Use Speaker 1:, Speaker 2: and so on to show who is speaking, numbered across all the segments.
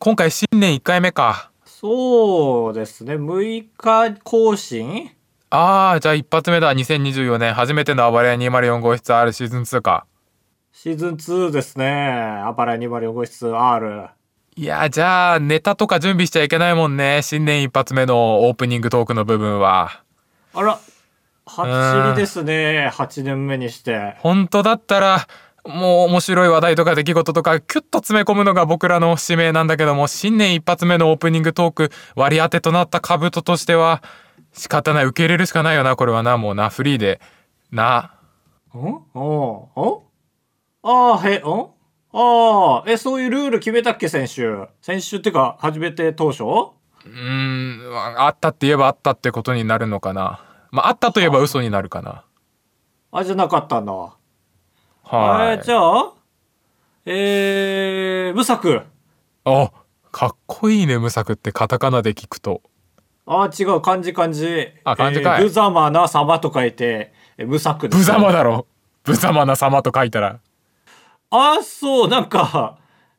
Speaker 1: 今回新年1回目か。
Speaker 2: そうですね。6日更新
Speaker 1: ああ、じゃあ一発目だ。2024年初めての暴れ屋204号室 R シーズン2か。
Speaker 2: シーズン2ですね。アパレ204号室 R。
Speaker 1: いや、じゃあネタとか準備しちゃいけないもんね。新年一発目のオープニングトークの部分は。
Speaker 2: あら、走りですね。8年目にして。
Speaker 1: 本当だったら、もう面白い話題とか出来事とかキュッと詰め込むのが僕らの使命なんだけども、新年一発目のオープニングトーク割り当てとなった兜としては、仕方ない、受け入れるしかないよな、これはな、もうな、フリーで。な。
Speaker 2: んおうおああ、へ、んああ、え、そういうルール決めたっけ、先週。先週ってか、初めて当初
Speaker 1: うーん、ああったって言えばあったってことになるのかな。まあ、あったと言えば嘘になるかな。
Speaker 2: あ、じゃなかったんだ。は
Speaker 1: はい。
Speaker 2: えーじゃあ、えー、無策。
Speaker 1: あ、かっこいいね、無策ってカタカナで聞くと。
Speaker 2: あー、違う、漢字漢字。
Speaker 1: あ漢字かい
Speaker 2: えー無様な様と書いて、えー無策です
Speaker 1: 無様だろ無様な様と書いたら。
Speaker 2: あー、そう、なんか、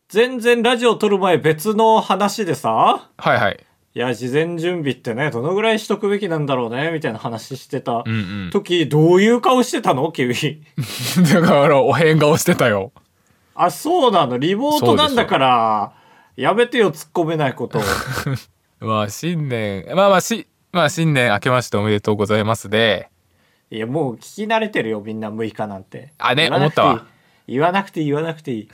Speaker 2: 全然ラジオ撮る前別の話でさ、
Speaker 1: はいはい。
Speaker 2: いや、事前準備ってね、どのぐらいしとくべきなんだろうね、みたいな話してた
Speaker 1: うんうん。
Speaker 2: 時、どういう顔してたのキウイ。
Speaker 1: だから、お変顔してたよ。
Speaker 2: あ、そうなの、リモートなんだから、やめてよ、突っ込めない ことを。
Speaker 1: まあ、新年、まあまあ、し、まあ、新年明けましておめでとうございますで、
Speaker 2: いや、もう聞き慣れてるよ、みんな6日なんて。
Speaker 1: あね
Speaker 2: 言わな
Speaker 1: 思
Speaker 2: くていい
Speaker 1: ったわ。
Speaker 2: 言わなくていい、言わなくていい。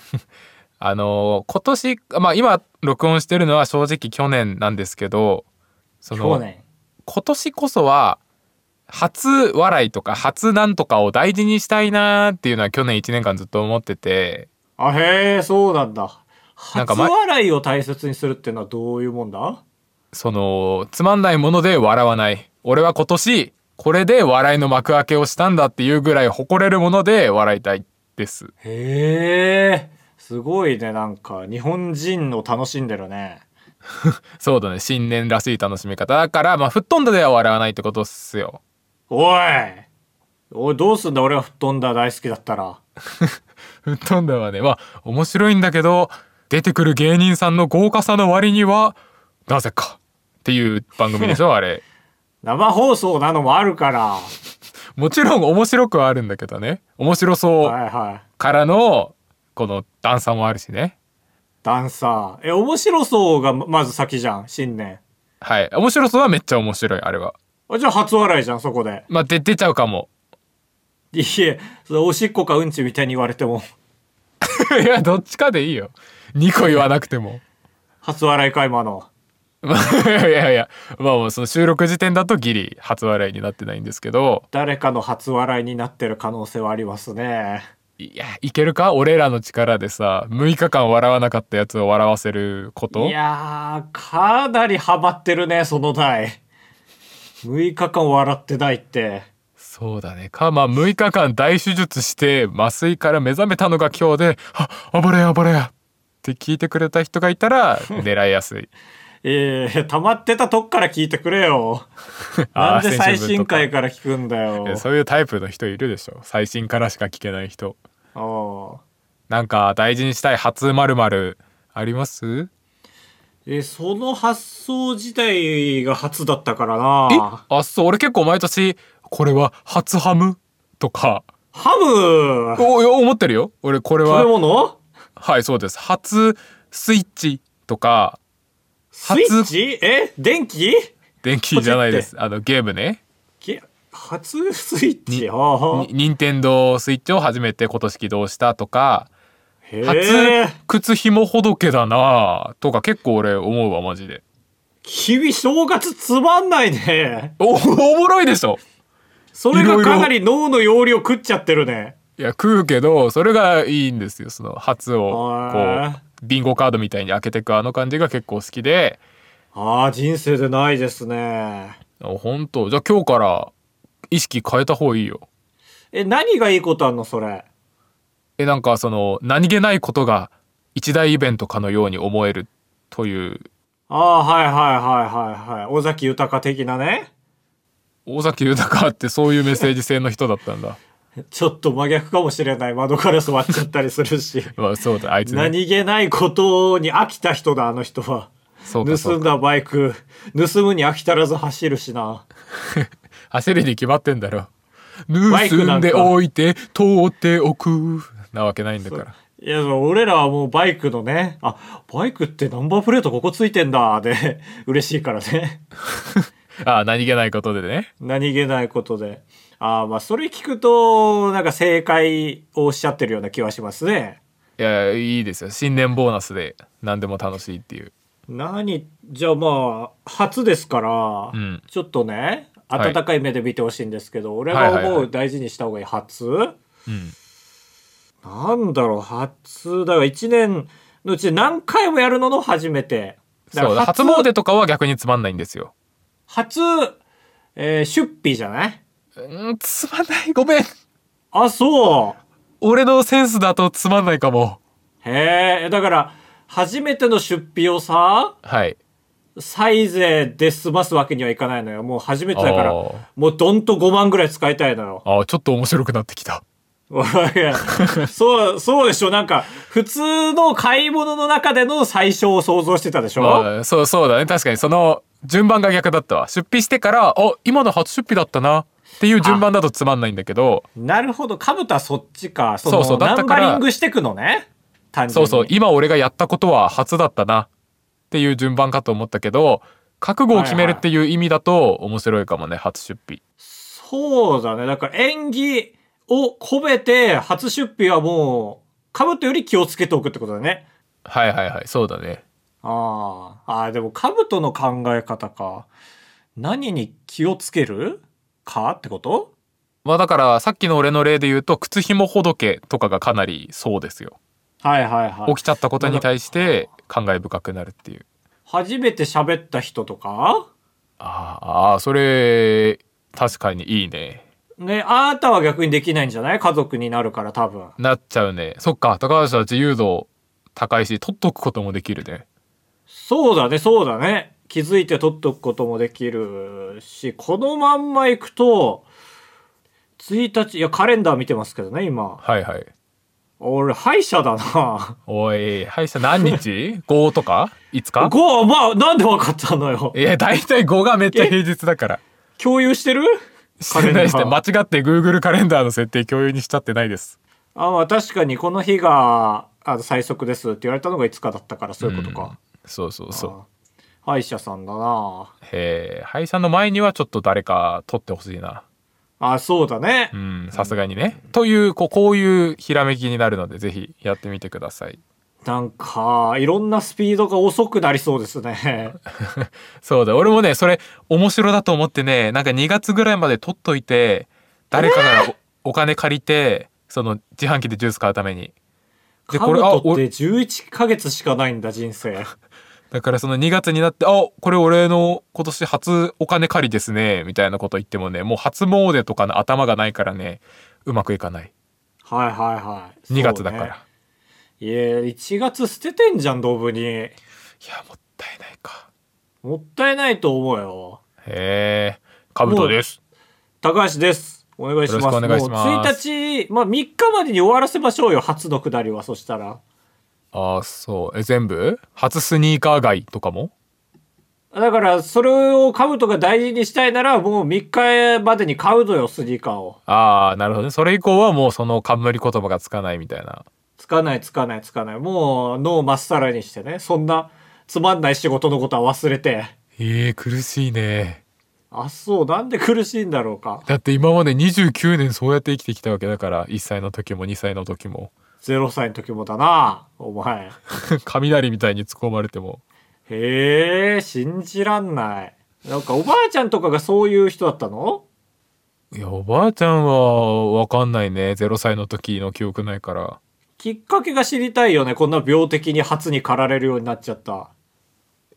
Speaker 1: あのー、今年、まあ今、録音してるのは正直去年なんですけど、その、
Speaker 2: 去年。
Speaker 1: 今年こそは、初笑いとか、初なんとかを大事にしたいなーっていうのは去年1年間ずっと思ってて、
Speaker 2: あ、へえ、そうなんだ。
Speaker 1: なん
Speaker 2: 初
Speaker 1: か前
Speaker 2: 笑いを大切にするっていうのはどういうもんだ
Speaker 1: その、つまんないもので笑わない。俺は今年、これで笑いの幕開けをしたんだっていうぐらい誇れるもので笑いたいです。
Speaker 2: へえ、すごいね、なんか、日本人を楽しんでるね。
Speaker 1: そうだね新年らしい楽しみ方だからまあ吹っ飛んだでは笑わないってことっすよ
Speaker 2: おいおい、どうすんだ、俺は吹っ飛んだ大好きだったら。
Speaker 1: 吹っ飛んだはねまあ面白いんだけど出てくる芸人さんの豪華さの割にはなぜかっていう番組でしょあれ
Speaker 2: 生放送なのもあるから。
Speaker 1: もちろん面白くはあるんだけどね面白そう
Speaker 2: はいはい。
Speaker 1: からのこの段差もあるしね
Speaker 2: ダンサー。え、面白そうがままず先じゃん、新年。
Speaker 1: はい面白そうはめっちゃ面白いあれは
Speaker 2: あじゃあ初笑いじゃん、そこで。
Speaker 1: まあで出ちゃうかも
Speaker 2: いえ、それおしっこかうんちみたいに言われても、
Speaker 1: いやどっちかでいいよ2個言わなくても
Speaker 2: 初笑い会もあの。
Speaker 1: まあいやいや、まあまあその収録時点だとギリ初笑いになってないんですけど、
Speaker 2: 誰かの初笑いになってる可能性はありますね。
Speaker 1: いや、いけるか俺らの力でさ、6日間笑わなかったやつを笑わせるこ
Speaker 2: い
Speaker 1: と
Speaker 2: やー、かなりハマってるね、その台。6日間笑ってないって。
Speaker 1: そうだね。か、まあ6日間大手術して麻酔から目覚めたのが今日で、あ、暴れや暴れやって聞いてくれた人がいた ら狙いやすい。
Speaker 2: えー、溜まってたとこから聞いてくれよ。
Speaker 1: あー
Speaker 2: なんで最新回
Speaker 1: 先
Speaker 2: から聞くんだよ。
Speaker 1: えそういうタイプの人いるでしょ。最新からしか聞けない人。
Speaker 2: ああ。
Speaker 1: なんか大事にしたい初〇〇あります
Speaker 2: えーその発想自体が初だったからな。
Speaker 1: あそう俺結構毎年これは初ハムとか
Speaker 2: ハム
Speaker 1: おお思ってるよ俺これ
Speaker 2: 食べ
Speaker 1: は
Speaker 2: 物
Speaker 1: はいそうです初スイッチとか
Speaker 2: スイッチえ電気
Speaker 1: 電気じゃないですあのゲームね
Speaker 2: き初スイッチああ
Speaker 1: に任天堂スイッチを初めて今年起動したとか
Speaker 2: へえ
Speaker 1: 初靴ひもほどけだなとか結構俺思うわマジで
Speaker 2: 君正月つまんないね
Speaker 1: おおもろいでしょ
Speaker 2: それ
Speaker 1: い
Speaker 2: が
Speaker 1: ろいろ
Speaker 2: かなり脳の容量食っちゃってるね
Speaker 1: いや食うけどそれがいいんですよその初をこ
Speaker 2: へー
Speaker 1: うビンゴカードみたいに開けてくあの感じが結構好きで
Speaker 2: ああ人生でないですね
Speaker 1: あ本当じゃあ今日から意識変えた方がいいよ
Speaker 2: え何がいいことあんのそれ
Speaker 1: えなんかその何気ないことが一大イベントかのように思えるという
Speaker 2: ああはいはいはいはいはい尾崎豊的なね
Speaker 1: 尾崎豊ってそういうメッセージ性の人だったんだ
Speaker 2: ちょっと真逆かもしれない窓ガラス割っちゃったり するし
Speaker 1: まあそうだあいつね
Speaker 2: 何気ないことに飽きた人だあの人は
Speaker 1: そうかそ
Speaker 2: 盗
Speaker 1: うんか
Speaker 2: だバイク盗むに飽き足らず走るしな
Speaker 1: 焦りに決まってんだろ
Speaker 2: バイク
Speaker 1: 盗
Speaker 2: なんん
Speaker 1: で
Speaker 2: か
Speaker 1: おいて通っておくなわけないんだから
Speaker 2: いや、そう俺らはもうバイクのね、あ、バイクってナンバープレートここついてんだ、で、嬉しいからね。
Speaker 1: ああ何気ないことでね
Speaker 2: 何気ないことで。あーまあ、それ聞くと、なんか正解をおっしゃってるような気はしますね。
Speaker 1: いやいいですよ新年ボーナスで何でも楽しいっていう
Speaker 2: 何、じゃあまあ、初ですから、
Speaker 1: うん
Speaker 2: ちょっとね、
Speaker 1: はい
Speaker 2: 温かい目で見てほしいんですけど、俺
Speaker 1: はい
Speaker 2: が
Speaker 1: はいはい
Speaker 2: 思う大事にした方がいい初、
Speaker 1: うん
Speaker 2: なんだろう、初、だから1年のうち何回もやるのの初めて。だか
Speaker 1: そう
Speaker 2: ら
Speaker 1: だ初詣とかは逆につまんないんですよ
Speaker 2: 初、えー出費じゃない
Speaker 1: うんつまんないごめん
Speaker 2: あ、そう。
Speaker 1: 俺のセンスだとつまんないかも
Speaker 2: へえ、だから、初めての出費をさ、
Speaker 1: はい
Speaker 2: サイゼで済ますわけにはいかないのよ。もう初めてだから、
Speaker 1: あー
Speaker 2: もうどんと5万ぐらい使いたいのよ。
Speaker 1: あーちょっと面白くなってきた
Speaker 2: いやそう、そうでしょ。なんか、普通の買い物の中での最小を想像してたでしょ
Speaker 1: あーそうそうだね確かにその順番が逆だったわ出費してからあ今の初出費だったなっていう順番だとつまんないんだけど
Speaker 2: なるほど。かぶたそっちか。その
Speaker 1: そうそうだっ
Speaker 2: ナ
Speaker 1: た
Speaker 2: ン
Speaker 1: か
Speaker 2: バ
Speaker 1: ら
Speaker 2: リングしてくのね。単純
Speaker 1: そう
Speaker 2: に。
Speaker 1: そう今俺がやったことは初だったなっていう順番かと思ったけど覚悟を決めるっていう意味だと面白いかもね初出費
Speaker 2: そうだね。だから演技を込めて、初出費はもう、かぶたより気をつけておくってことだね。
Speaker 1: はいはいはいそうだね
Speaker 2: ああ。ああ、でも、兜の考え方か。何に気をつけるかってこと
Speaker 1: まあだからさっきの俺の例で言うと靴ひもほどけとかがかなりそうですよ
Speaker 2: はいはいはい
Speaker 1: 起き。ちゃったことに対して感慨深くなるっていう
Speaker 2: 初めて喋った人とか
Speaker 1: あーあーそれ確かにいいね
Speaker 2: ね、あなたは逆にできないんじゃない家族になるから多分。
Speaker 1: なっちゃうねそっか高橋は自由度高いし取っとくこともできるね
Speaker 2: そうだね、そうだね。気づいて取っとくこともできるし、このまんま行くと、1日、いや、カレンダー見てますけどね、今。
Speaker 1: はいはい
Speaker 2: 俺、歯医者だな。
Speaker 1: おい歯医者何日 ?5 とか5日
Speaker 2: ごまあ、なんでわかったのよ。
Speaker 1: いや、大体5がめっちゃ平日だ から。
Speaker 2: 共有してる
Speaker 1: してないして、間違って Google カレンダーの設定共有にしちゃってないです。
Speaker 2: あまあ確かにこの日があの最速ですって言われたのがいつかだったからそういうこと
Speaker 1: うん
Speaker 2: か、
Speaker 1: そうそうそう。
Speaker 2: あ歯医者さんだな
Speaker 1: へえ、歯医者の前にはちょっと誰か取ってほしいな。
Speaker 2: あそうだね、
Speaker 1: うん、さすがにね。という、こう、こういうひらめきになるので、ぜひやってみてください。
Speaker 2: なんかいろんなスピードが遅くなりそうですね
Speaker 1: そうだ、俺もね、それ面白だと思ってね、なんか2月ぐらいまで取っといて、誰かがおお金借りて、その自販機でジュース買うために。 で
Speaker 2: カ
Speaker 1: こ
Speaker 2: ブ
Speaker 1: れあ
Speaker 2: トって
Speaker 1: お
Speaker 2: 11ヶ月しかないんだ人生
Speaker 1: だからその2月になって「あこれ俺の今年初お金借りですね」みたいなこと言ってもねもう初詣とかの頭がないからねうまくいかない
Speaker 2: はいはい はい
Speaker 1: 2月だから、
Speaker 2: そうねいや1月捨ててんじゃんドブに
Speaker 1: いやもったいないか
Speaker 2: もったいないと思うよ
Speaker 1: へえかぶとです
Speaker 2: 高橋ですお願いします
Speaker 1: よろしくお願いします
Speaker 2: もう1日、まあ、3日までに終わらせましょうよ初の下りはそしたら
Speaker 1: ああそうえ全部初スニーカー街とかも
Speaker 2: だから、それをカブトが大事にしたいなら、もう3日までに買うのよ、スニーカーを。
Speaker 1: ああなるほどねそれ以降はもうその冠言葉がつかないみたいな
Speaker 2: つかない、つかない、つかない。もう、脳まっさらにしてね。そんな、つまんない仕事のことは忘れて。
Speaker 1: えー、苦しいね
Speaker 2: あ、そう、なんで苦しいんだろうか。
Speaker 1: だって今まで29年そうやって生きてきたわけだから1歳の時も2歳の時も
Speaker 2: 0歳の時もだな、お前。
Speaker 1: 雷みたいに突っ込まれても
Speaker 2: へえ、信じらんない。なんか、おばあちゃんとかがそういう人だったの
Speaker 1: いやおばあちゃんはわかんないね0歳の時の記憶ないから
Speaker 2: きっかけが知りたいよね。こんな病的に初に駆られるようになっちゃった。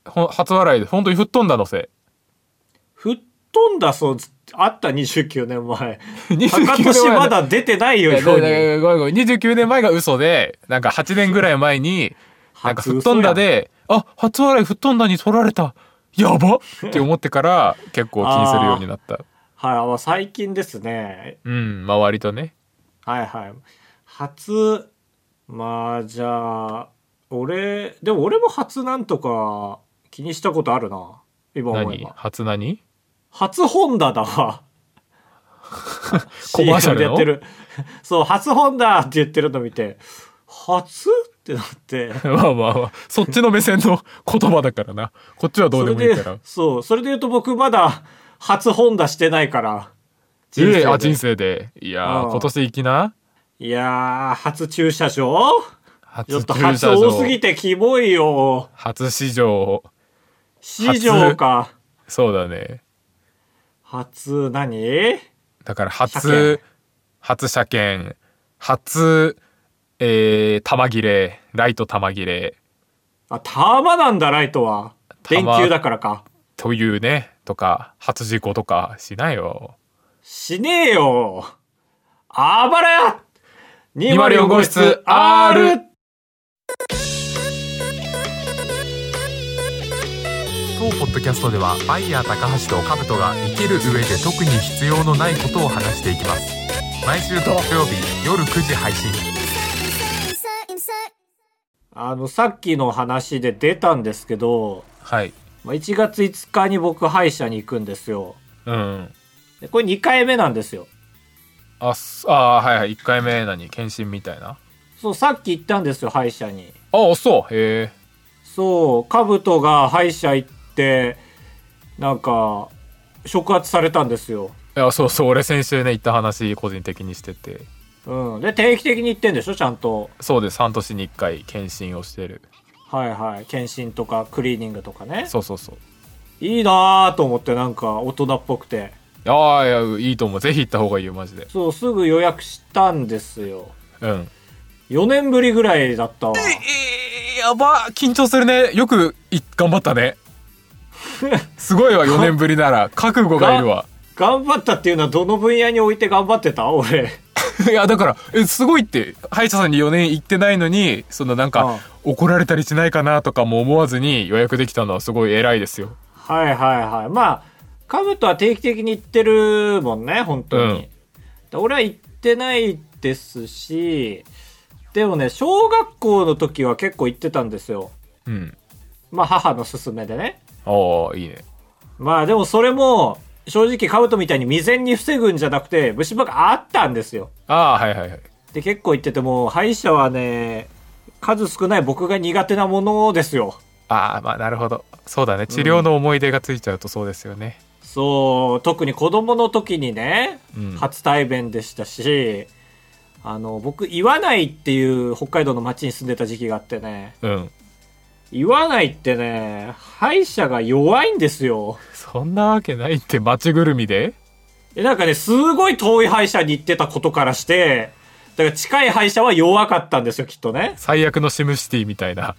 Speaker 1: ほん初笑いで本当に吹っ飛んだのせ
Speaker 2: 吹っ飛んだ、そう、あった29年前。
Speaker 1: い
Speaker 2: 高年まだ出てないよ、
Speaker 1: いや
Speaker 2: 世
Speaker 1: ごめん
Speaker 2: に。
Speaker 1: ごめんごめん29年前が嘘でなんか8年ぐらい前になんか吹っ飛んだであ初笑い吹っ飛んだに取られたやばって思ってから結構気にするようになった
Speaker 2: はい、まあ、最近ですね。
Speaker 1: うん周りとね
Speaker 2: はいはい。初、まあじゃあ、俺、でも俺も初なんとか気にしたことあるな。今思え
Speaker 1: 何
Speaker 2: ば。
Speaker 1: 初何
Speaker 2: 初ホンダだわ。
Speaker 1: コマーシャル
Speaker 2: CM
Speaker 1: の
Speaker 2: でやってる。そう、初ホンダって言ってるの見て、初ってなって。
Speaker 1: まあまあまあそっちの目線の言葉だからなこっちはどうでもいいから
Speaker 2: そう、それで言うと僕まだ初本出してないから。
Speaker 1: 人生
Speaker 2: で
Speaker 1: あ人生でいや
Speaker 2: う
Speaker 1: ー
Speaker 2: ん
Speaker 1: 今年行きない
Speaker 2: やー、初駐車場ちょ
Speaker 1: 初
Speaker 2: っと
Speaker 1: 駐
Speaker 2: 初
Speaker 1: 車
Speaker 2: 多
Speaker 1: 場
Speaker 2: すぎてキモいよ。
Speaker 1: 初市場
Speaker 2: 市場か。
Speaker 1: そうだね
Speaker 2: 初何
Speaker 1: だから
Speaker 2: 車
Speaker 1: 初初車検初えー、玉切れライト玉切れ
Speaker 2: あ、玉なんだ、ライトは。電
Speaker 1: 玉
Speaker 2: 球だからか。
Speaker 1: というねとか初事故とかしないよ
Speaker 2: しねえよ。あばらや
Speaker 1: !204 号室 R! 当ポッドキャストではバイヤー高橋とカブトが生きる上で特に必要のないことを話していきます毎週土曜日夜9時配信
Speaker 3: insert, insert.
Speaker 2: あの、さっきの話で出たんですけど、
Speaker 1: はい
Speaker 2: まあ、1月5日に僕歯医者に行くんですよ。
Speaker 1: うん
Speaker 2: でこれ2回目なんですよ。
Speaker 1: あすあーはいはい1回目何検診みたいな
Speaker 2: そう、さっき行ったんですよ、歯医者に。
Speaker 1: あそうへえ
Speaker 2: そう、カブトが歯医者行って、なんか、触発されたんですよ。
Speaker 1: いやそうそう俺先週ね行った話個人的にしてて
Speaker 2: うん。で、定期的に行ってんでしょ、ちゃんと。
Speaker 1: そうです半年に1回検診をしてる
Speaker 2: はいはい。検診とか、クリーニングとかね。
Speaker 1: そうそうそう
Speaker 2: いいなーと思って、なんか、大人っぽくて。
Speaker 1: ああいやいいと思うぜひ行った方がいいよマジで
Speaker 2: そう、すぐ予約したんですよ。
Speaker 1: うん
Speaker 2: 4年ぶりぐらいだったわ。
Speaker 1: えーやば緊張するねよくい頑張った ねすごいわ4年ぶりなら覚悟がいるわ
Speaker 2: 頑張ったっていうのはどの分野において頑張ってた俺。
Speaker 1: いやだからえすごいって歯医者さんに4年行ってないのにそのなん
Speaker 2: あ
Speaker 1: か
Speaker 2: あ
Speaker 1: 怒られたりしないかなとかも思わずに予約できたのはすごい偉いですよ
Speaker 2: はいはいはい。まあ、カブトは定期的に行ってるもんね、本当に。で俺は行ってないですし、でもね、小学校の時は結構行ってたんですよ。
Speaker 1: うん
Speaker 2: まあ、母の勧めでね。
Speaker 1: ああいいね
Speaker 2: まあ、でもそれも、正直カブトみたいに未然に防ぐんじゃなくて、虫歯があったんですよ。
Speaker 1: ああはいはいはい
Speaker 2: で、結構行ってても、歯医者はね、数少ない僕が苦手なものですよ。
Speaker 1: ああまあなるほどそうだね治療の思い出がついちゃうとそうですよね
Speaker 2: そう、特に子供の時にね、
Speaker 1: うん
Speaker 2: 初対面でしたし、あの、僕、岩内っていう北海道の町に住んでた時期があってね、
Speaker 1: うん
Speaker 2: 岩内ってね、歯医者が弱いんですよ。
Speaker 1: そんなわけないって街ぐるみで
Speaker 2: えなんかね、すごい遠い歯医者に行ってたことからして、だから近い歯医者は弱かったんですよ、きっとね。
Speaker 1: 最悪のシムシティみたいな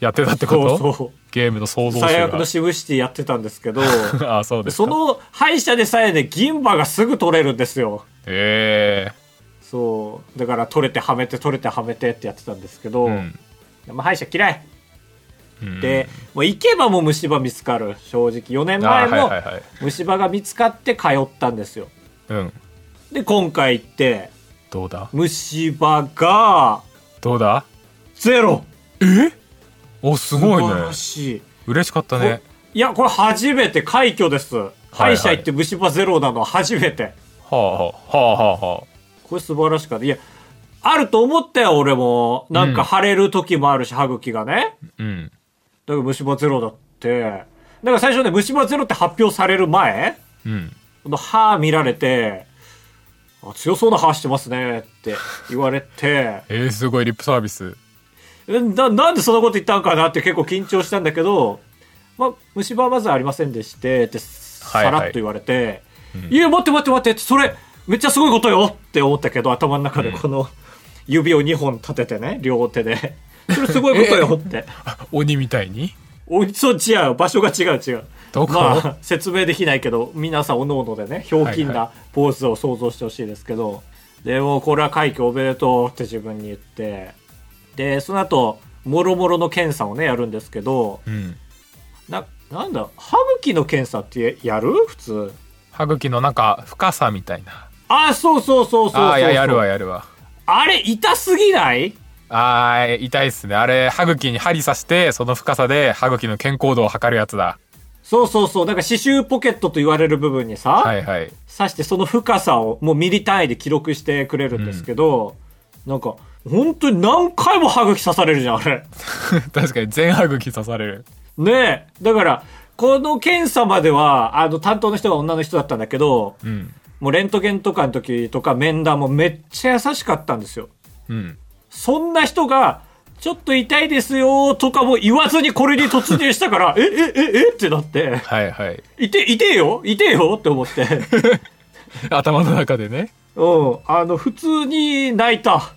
Speaker 1: やってたってこと
Speaker 2: そうそ
Speaker 1: ゲームの創
Speaker 2: う。
Speaker 1: 造主が
Speaker 2: 最悪のシムシティやってたんです けど、
Speaker 1: あそうですか
Speaker 2: その歯医者でさえね、銀歯がすぐ取れるんですよ。
Speaker 1: え
Speaker 2: そうだから取れてはめて取れてはめてってやってたんですけど、
Speaker 1: えうん
Speaker 2: まあ、歯医者嫌い
Speaker 1: うん
Speaker 2: で、もう行けばもう虫歯見つかる正直4年
Speaker 1: あ
Speaker 2: 前
Speaker 1: はい
Speaker 2: も
Speaker 1: はいはい
Speaker 2: 虫歯が見つかって通ったんですよ
Speaker 1: うん
Speaker 2: で今回行って
Speaker 1: どうだ
Speaker 2: 虫歯が
Speaker 1: どうだ
Speaker 2: ゼロ
Speaker 1: おす
Speaker 2: 素
Speaker 1: ごい
Speaker 2: 晴
Speaker 1: ね
Speaker 2: らしい
Speaker 1: 嬉しかったね
Speaker 2: いやこれ初めて快挙です、歯医者行って虫歯ゼロなのは初めて
Speaker 1: はあはあはあはあは
Speaker 2: これ素晴らしかったいやあると思ったよ俺もなんか腫れる時もあるし、歯茎がね
Speaker 1: あうん
Speaker 2: だから虫歯ゼロだって。だから最初ね、虫歯ゼロって発表される前、
Speaker 1: うん、
Speaker 2: この歯見られて、あ強そうな歯してますねって言われて
Speaker 1: えー、すごいリップサービス
Speaker 2: えな、なんでそんなこと言ったんかなって結構緊張したんだけど、まあ、虫歯はまずありませんでして、って
Speaker 1: はい
Speaker 2: さらっと言われて、いや、待って待って待って、それ、めっちゃすごいことよって思ったけど、頭の中でこの指を2本立ててね、両手で。それすごいこと よって。
Speaker 1: 鬼みたいに
Speaker 2: おいそう違う場所が違う違う
Speaker 1: どこ
Speaker 2: まあ説明できないけど皆さんおのおのでねひょうきん
Speaker 1: はい
Speaker 2: なポーズを想像してほしいですけど、でもうこれは快挙おめでとうって自分に言ってでその後もろもろの検査をねやるんですけど
Speaker 1: うん
Speaker 2: ななんだ歯茎の検査ってやる普通
Speaker 1: 歯茎のなんか深さみたいな
Speaker 2: あ、そうそうそうそうそう
Speaker 1: ああいややるわやるわ
Speaker 2: あれ、痛すぎない
Speaker 1: あー痛いっすねあれ歯茎に針刺してその深さで歯茎の健康度を測るやつだ
Speaker 2: そうそうそう。だから刺繍ポケットと言われる部分にさ、
Speaker 1: はいはい
Speaker 2: 刺してその深さをもうミリ単位で記録してくれるんですけど、なんか、本当に何回も歯茎刺されるじゃん、あれ。
Speaker 1: 確かに全歯茎刺される
Speaker 2: ねえ。だから、この検査までは、あの、担当の人が女の人だったんだけど、
Speaker 1: うん
Speaker 2: もうレントゲンとかの時とか面談もめっちゃ優しかったんですよ。
Speaker 1: うん
Speaker 2: そんな人が、ちょっと痛いですよとかも言わずにこれに突入したから、え、え、え、えってなって、
Speaker 1: はいはい
Speaker 2: いて、いてよいてよって思って。
Speaker 1: 頭の中でね
Speaker 2: うん、あの、普通に泣いた。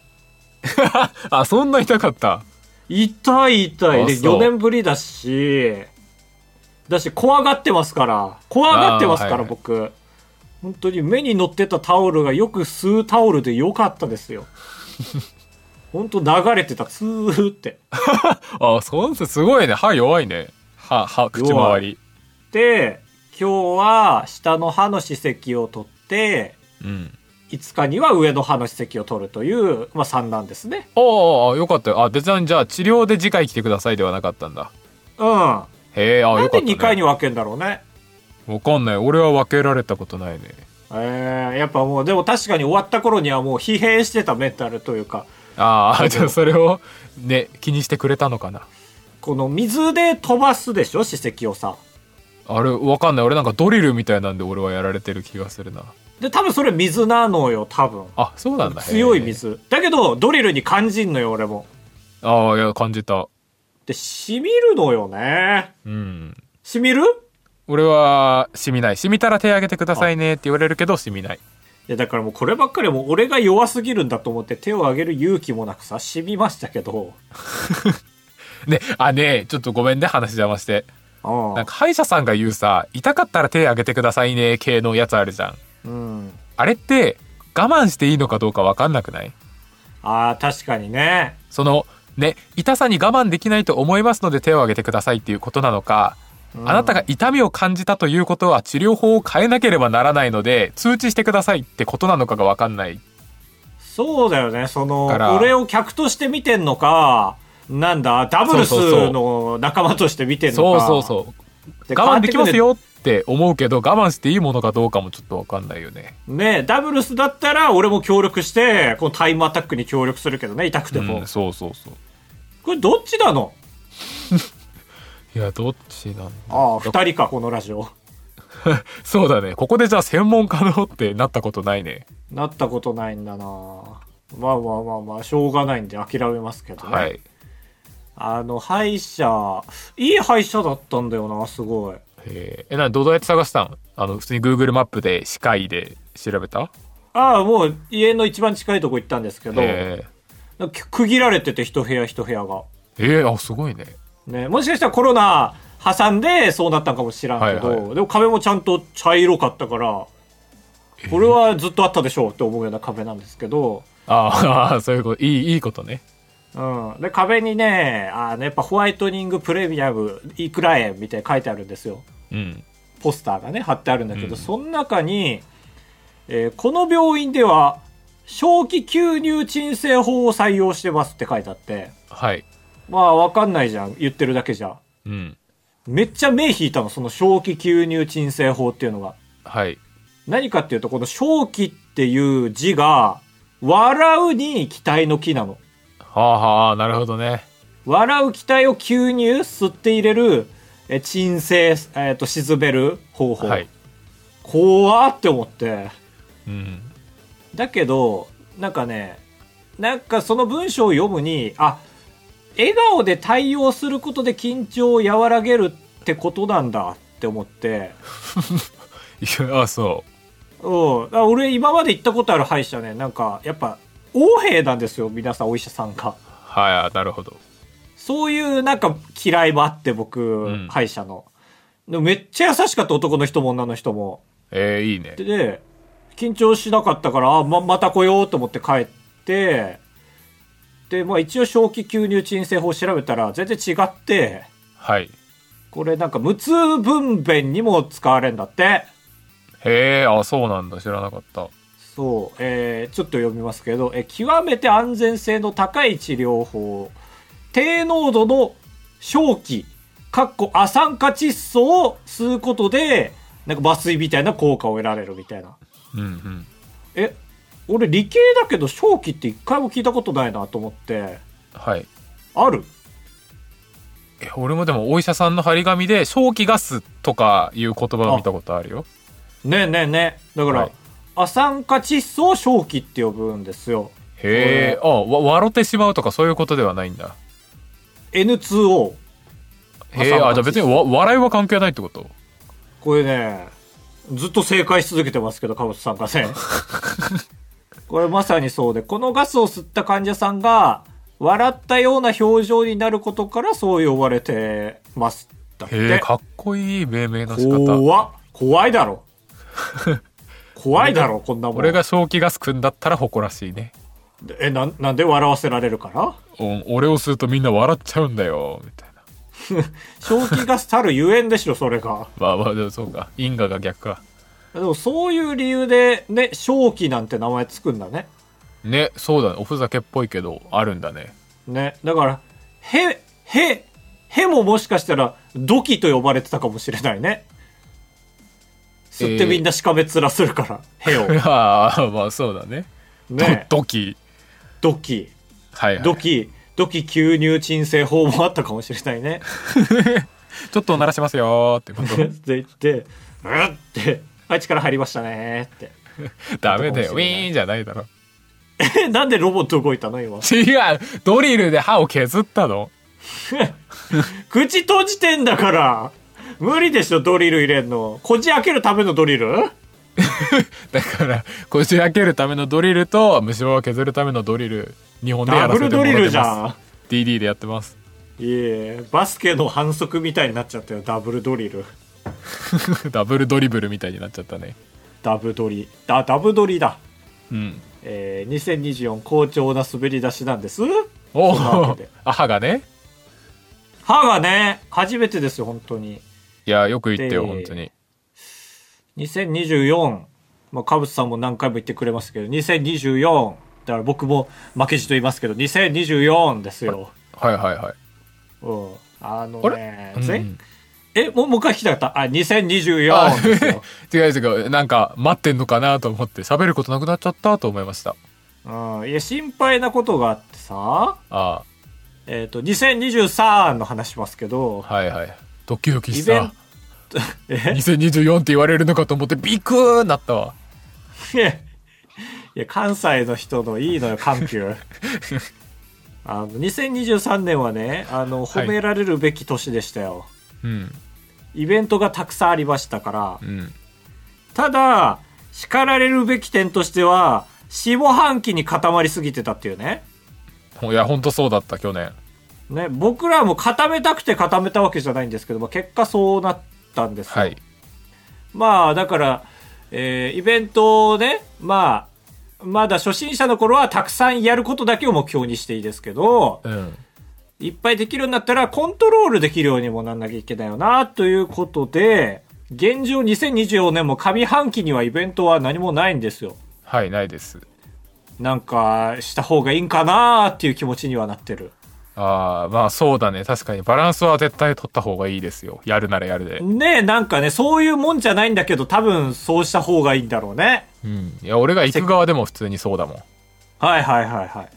Speaker 1: あそんな痛かった
Speaker 2: 痛い痛い。で、
Speaker 1: あそう
Speaker 2: 4年ぶりだし、だし、怖がってますから。怖がってますか
Speaker 1: あー
Speaker 2: ら、
Speaker 1: はいはい
Speaker 2: 僕。本当に目に乗ってたタオルがよく吸うタオルでよかったで すよ。本当流れてた、スーって。
Speaker 1: あそんすごいね歯弱いね歯歯口
Speaker 2: 弱
Speaker 1: 周
Speaker 2: い
Speaker 1: り
Speaker 2: で、今日は下の歯の歯石を取って、
Speaker 1: うん
Speaker 2: 5日には上の歯の歯石を取るという、まあ、3なんですね。
Speaker 1: あああよかったよあ別にじゃあ治療で次回来てくださいではなかったんだ
Speaker 2: うん。な
Speaker 1: へえあ
Speaker 2: ん
Speaker 1: よか
Speaker 2: で
Speaker 1: った、ね、
Speaker 2: 2回に分けんだろうね。
Speaker 1: わかんない俺は分けられたことないね
Speaker 2: えー、やっぱもう、でも確かに終わった頃にはもう疲弊してたメンタルというか、
Speaker 1: ああじゃあそれをね気にしてくれたのかな
Speaker 2: この水で飛ばすでしょ、歯石をさ。
Speaker 1: あれわかんない俺なんかドリルみたいなんで俺はやられてる気がするな
Speaker 2: で、多分それ水なのよ、多分。
Speaker 1: あそうなんだ
Speaker 2: 強い
Speaker 1: へえ
Speaker 2: 水。だけど、ドリルに感じんのよ、俺も。
Speaker 1: ああいや感じた
Speaker 2: で、染みるのよね。
Speaker 1: うん
Speaker 2: 染みる
Speaker 1: 俺は染みない染みたら手挙げてくださいねって言われるけど染みない
Speaker 2: いや、だからもうこればっかりはもう俺が弱すぎるんだと思って手を挙げる勇気もなくさ、染みましたけど。
Speaker 1: ねあねえちょっとごめんね話邪魔して
Speaker 2: うん
Speaker 1: なんか歯医者さんが言うさ痛かったら手挙げてくださいね系のやつあるじゃん
Speaker 2: うん。
Speaker 1: あれって我慢していいのかどうか分かんなくない
Speaker 2: ああ、確かにね。
Speaker 1: そのね痛さに我慢できないと思いますので手を挙げてくださいっていうことなのか、あなたが痛みを感じたということは治療法を変えなければならないので通知してくださいってことなのかが分かんない
Speaker 2: そうだよね、その
Speaker 1: だから、
Speaker 2: 俺を客として見てんのか、なんだ、ダブル
Speaker 1: そうそうそ
Speaker 2: ス
Speaker 1: う
Speaker 2: の仲間として見てんの
Speaker 1: そう
Speaker 2: か。
Speaker 1: そうそう
Speaker 2: で
Speaker 1: 我慢できます。よって思うけど我慢していいものかどうかもちょっと分かんないよね
Speaker 2: ねダブルスだったら俺も協力して、このタイムアタックに協力するけどね、痛くて
Speaker 1: う
Speaker 2: も。
Speaker 1: んそうそうそう
Speaker 2: これどっちなの
Speaker 1: いやどっちなんだ
Speaker 2: ああ、二人か、このラジオ。
Speaker 1: そうだねここでじゃあ専門家のってなったことないね
Speaker 2: なったことないんだなまあまあまあまあ、しょうがないんで諦めますけどね。
Speaker 1: はい
Speaker 2: あの、歯医者、いい歯医者だったんだよな、すごい。
Speaker 1: えー、えなどうやって探したんあの普通に Google マップで歯科医で調べた
Speaker 2: ああ、もう家の一番近いとこ行ったんですけど、
Speaker 1: え
Speaker 2: なんか区切られてて一部屋一部屋が。
Speaker 1: ー、えー、あすごいね
Speaker 2: ね、もしかしたらコロナ挟んでそうなったんかもしらんけど、
Speaker 1: はいは
Speaker 2: でも壁もちゃんと茶色かったから、これはずっとあったでしょうって思うような壁なんですけど、
Speaker 1: あ あそういうこといいいいことね
Speaker 2: うん。で、壁にね、あの、やっぱホワイトニングプレミアムいくら円みたいに書いてあるんですよ。
Speaker 1: うん
Speaker 2: ポスターがね、貼ってあるんだけど、
Speaker 1: うん
Speaker 2: その中に、えーこの病院では、正気吸入鎮静法を採用してますって書いてあって、
Speaker 1: はい
Speaker 2: まあ、わかんないじゃん。言ってるだけじゃん。
Speaker 1: うん
Speaker 2: めっちゃ目引いたの、その正気吸入鎮静法っていうのが。
Speaker 1: はい
Speaker 2: 何かっていうと、この正気っていう字が、笑うに期待の気なの。
Speaker 1: はあはあなるほどね
Speaker 2: 笑う期待を吸入、吸って入れる、え鎮静、えっ、と、沈める方法。
Speaker 1: はい
Speaker 2: 怖って思って。
Speaker 1: うん
Speaker 2: だけど、なんかね、なんかその文章を読むに、あ、笑顔で対応することで緊張を和らげるってことなんだって思って。
Speaker 1: いやあそ
Speaker 2: うん。あ俺今まで行ったことある歯医者ね、なんか、やっぱ、横兵なんですよ、皆さん、お医者さんが。
Speaker 1: うはいあなるほど
Speaker 2: そういうなんか嫌いもあって、僕、
Speaker 1: ん
Speaker 2: 歯医者の。でもめっちゃ優しかった、男の人も女の人も。
Speaker 1: えー、いいね
Speaker 2: で、で緊張しなかったから、あま、また来ようと思って帰って、で、まあ一応正気吸入鎮静法調べたら全然違って、
Speaker 1: はい
Speaker 2: これなんか無痛分娩にも使われんだって。
Speaker 1: へえあそうなんだ知らなかった
Speaker 2: そう、えーちょっと読みますけど、えー極めて安全性の高い治療法、低濃度の正気、かっこ亜酸化窒素を吸うことで、なんか麻酔みたいな効果を得られるみたいな。
Speaker 1: うんうん
Speaker 2: え、俺理系だけど正気って一回も聞いたことないなと思って、
Speaker 1: はい
Speaker 2: ある
Speaker 1: え俺もでもお医者さんの張り紙で「正気ガス」とかいう言葉を見たことあるよ
Speaker 2: ねえねえねえ。だから、
Speaker 1: はい
Speaker 2: 亜酸化窒素を正気って呼ぶんですよ。
Speaker 1: へえあわ笑ってしまうとかそういうことではないんだ
Speaker 2: N2O。
Speaker 1: へえ
Speaker 2: 朝の
Speaker 1: あじゃあ別にわ笑いは関係ないってこと
Speaker 2: これね、ずっと正解し続けてますけど、かぶさん がね。これまさにそうで、このガスを吸った患者さんが、笑ったような表情になることからそう呼ばれてます。だって。
Speaker 1: へえかっこいい命名の仕方
Speaker 2: 怖っ怖い だろ。怖いだろ、こんなもん。
Speaker 1: 俺が正気ガスくんだったら誇らしいね
Speaker 2: え、なん、なんで笑わせられるから
Speaker 1: お俺を吸うとみんな笑っちゃうんだよみたいな
Speaker 2: 正気ガスたるゆえんでしょ、それが。
Speaker 1: まあまあでもそうか因果が逆か
Speaker 2: でもそういう理由で、ね、正気なんて名前つくんだね。
Speaker 1: ねそうだねおふざけっぽいけどあるんだね
Speaker 2: ね。だから、へ、へ、へももしかしたら、土器と呼ばれてたかもしれないね。吸ってみんなしかめ面するから、へを。
Speaker 1: ああまあそうだね
Speaker 2: ね。
Speaker 1: ドドキ
Speaker 2: 土器、
Speaker 1: はい、はい、
Speaker 2: 土器、土器吸入鎮静法もあったかもしれないね。
Speaker 1: ちょっとお鳴らしますよーって こ
Speaker 2: って言って、うんって、あいつから入りましたねー
Speaker 1: と
Speaker 2: って。
Speaker 1: ダメだよウィーンじゃないだろ
Speaker 2: え、なんでロボット動いたの今。
Speaker 1: 違うドリルで歯を削ったの
Speaker 2: 口閉じてんだから無理でしょドリル入れんのこじ開けるためのドリル
Speaker 1: だからこじ開けるためのドリルと虫歯を削るためのドリル日本でや
Speaker 2: ダ
Speaker 1: ら
Speaker 2: ブ
Speaker 1: せ
Speaker 2: ル
Speaker 1: て
Speaker 2: ド
Speaker 1: もらってます
Speaker 2: リルじゃん
Speaker 1: DD でやってます
Speaker 2: いえバスケの反則みたいになっちゃったよダブルドリル
Speaker 1: ダブルドリブルみたいになっちゃったね
Speaker 2: ダブドリだダブドリだ
Speaker 1: うん
Speaker 2: えー、2024好調な滑り出しなんです
Speaker 1: お
Speaker 2: そんなわ
Speaker 1: お
Speaker 2: けで
Speaker 1: 歯がね
Speaker 2: 歯がね初めてですよ本当に
Speaker 1: いやよく言ってよ
Speaker 2: で
Speaker 1: 本当に
Speaker 2: 2024まあカブスさんも何回も言ってくれますけど2024だから僕も負けじと言いますけど2024ですよ、
Speaker 1: はいはいはい
Speaker 2: うん、あのね
Speaker 1: あれ
Speaker 2: ぜ
Speaker 1: うん
Speaker 2: え、もう、もう一回聞きたかった。あ、
Speaker 1: あ
Speaker 2: 2024ですよ。
Speaker 1: 違う 違うなんか待ってんのかなと思って喋ることなくなっちゃったと思いました
Speaker 2: うん。いや、心配なことがあってさ、
Speaker 1: あ
Speaker 2: えっ、と、2023の話しますけど
Speaker 1: あ、はいはいドキドキし
Speaker 2: イベン
Speaker 1: た
Speaker 2: ト、え、
Speaker 1: 2024って言われるのかと思ってビクーンなったわ
Speaker 2: い やいや、関西の人のいいのよ、緩急。あの、2023年はね、あの、
Speaker 1: はい
Speaker 2: 褒められるべき年でしたよ。
Speaker 1: うん
Speaker 2: イベントがたくさんありましたから
Speaker 1: う、ん
Speaker 2: ただ、叱られるべき点としては、下半期に固まりすぎてたっていうね。
Speaker 1: いやほんとそうだった去年
Speaker 2: ね、僕らも固めたくて固めたわけじゃないんですけど、まあ、結果そうなったんですよ
Speaker 1: はい
Speaker 2: まあだから、えーイベントをね、まあ、まだ初心者の頃はたくさんやることだけを目標にしていいですけど、
Speaker 1: うん
Speaker 2: いっぱいできるようになったらコントロールできるようにもなんなきゃいけないよな、ということで、現状2024年も上半期にはイベントは何もないんですよ。
Speaker 1: はいないです
Speaker 2: なんか、した方がいいんかなっていう気持ちにはなってる。
Speaker 1: ああまあそうだね確かにバランスは絶対取った方がいいですよやるならやるで
Speaker 2: ねえ、なんかね、そういうもんじゃないんだけど、多分そうした方がいいんだろうね。
Speaker 1: うんいや俺が行く側でも普通にそうだもん
Speaker 2: はいはいはいはい。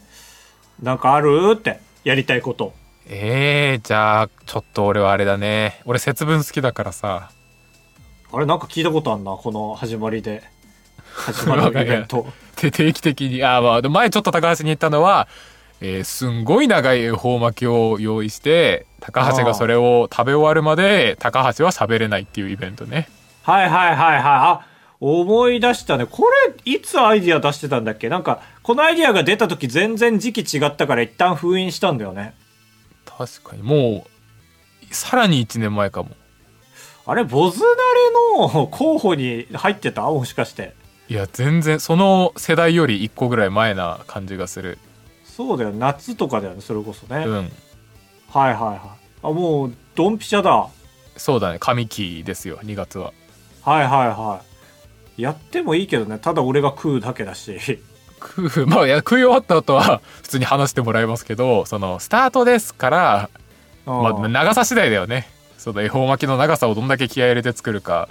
Speaker 2: なんかあるって、やりたいこと。
Speaker 1: ええじゃあちょっと俺はあれだね俺節分好きだからさ
Speaker 2: あれ、なんか聞いたことあんな、この始まり で。始まるイベント。
Speaker 1: で定期的にあーまあでも前ちょっと高橋に言ったのは、えーすんごい長い恵方巻きを用意して高橋がそれを食べ終わるまで高橋は喋れないっていうイベントね
Speaker 2: はいはいはいはい。あ、思い出したね。これ、いつアイディア出してたんだっけなんか、このアイディアが出た時全然時期違ったから一旦封印したんだよね。
Speaker 1: 確かにもうさらに1年前かも
Speaker 2: あれ、ボズナレの候補に入ってたもしかして。
Speaker 1: いや全然その世代より1個ぐらい前な感じがする
Speaker 2: そうだよ、夏とかだよね、それこそね。
Speaker 1: うん
Speaker 2: はいはいはい。あ、もう、ドンピシャだ。
Speaker 1: そうだね神木ですよ2月は
Speaker 2: はいはいはやってもいいけどねただ俺が食うだけだし
Speaker 1: 食うまあいや食い終わった後は普通に話してもらいますけどそのスタートですから、ま
Speaker 2: う
Speaker 1: あ、
Speaker 2: ん
Speaker 1: 長さ次第だよねその恵方巻きの長さをどんだけ気合い入れて作るか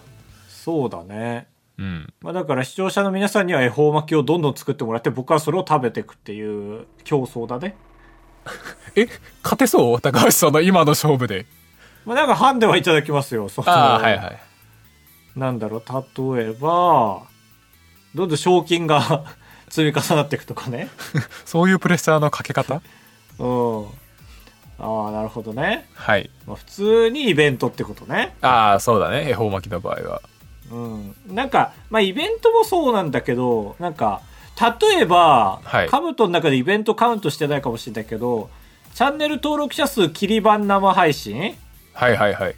Speaker 2: そうだね
Speaker 1: うん
Speaker 2: まあだから視聴者の皆さんには恵方巻きをどんどん作ってもらって僕はそれを食べていくっていう競争だね
Speaker 1: え勝てそう高橋さんの今の勝負で
Speaker 2: まあなんかハンデはいただきますよその
Speaker 1: ああはいはい
Speaker 2: なんだろう例えばどんどん賞金が 積み重なっていくとかね
Speaker 1: そういうプレッシャーのかけ方
Speaker 2: うんああなるほどね、
Speaker 1: はい
Speaker 2: まあ、普通にイベントってことね
Speaker 1: ああそうだね恵方巻きの場合は
Speaker 2: うんなんかまあイベントもそうなんだけどなんか例えば、
Speaker 1: はい
Speaker 2: カブトの中でイベントカウントしてないかもしれないけどチャンネル登録者数切り版生配信
Speaker 1: はいはいはい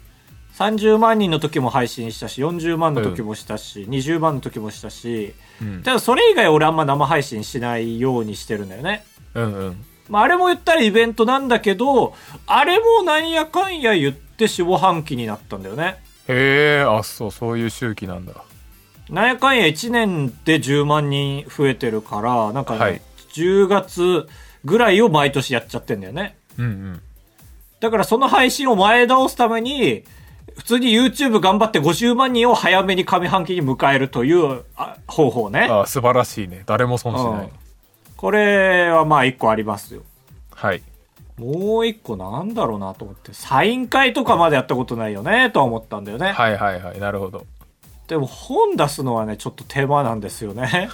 Speaker 2: 30万人の時も配信したし40万の時もしたし、20万の時もしたし
Speaker 1: うん
Speaker 2: ただそれ以外俺あんま生配信しないようにしてるんだよね
Speaker 1: うんうん
Speaker 2: まあ、あれも言ったらイベントなんだけど、あれもなんやかんや言って四五半期になったんだよね。
Speaker 1: へえあそうそういう周期なんだ
Speaker 2: なんやかんや1年で10万人増えてるから、なんかね、
Speaker 1: はい
Speaker 2: 10月ぐらいを毎年やっちゃってんだよね。
Speaker 1: うんうん
Speaker 2: だからその配信を前倒すために、普通に YouTube 頑張って50万人を早めに上半期に迎えるというあ方法ね。
Speaker 1: ああ素晴らしいね誰も損しな
Speaker 2: うん
Speaker 1: い
Speaker 2: これはまあ一個ありますよ。
Speaker 1: はい
Speaker 2: もう一個なんだろうなと思って、サイン会とかまでやったことないよね、とは思ったんだよね。
Speaker 1: はいはいはいなるほど
Speaker 2: でも本出すのはねちょっと手間なんですよね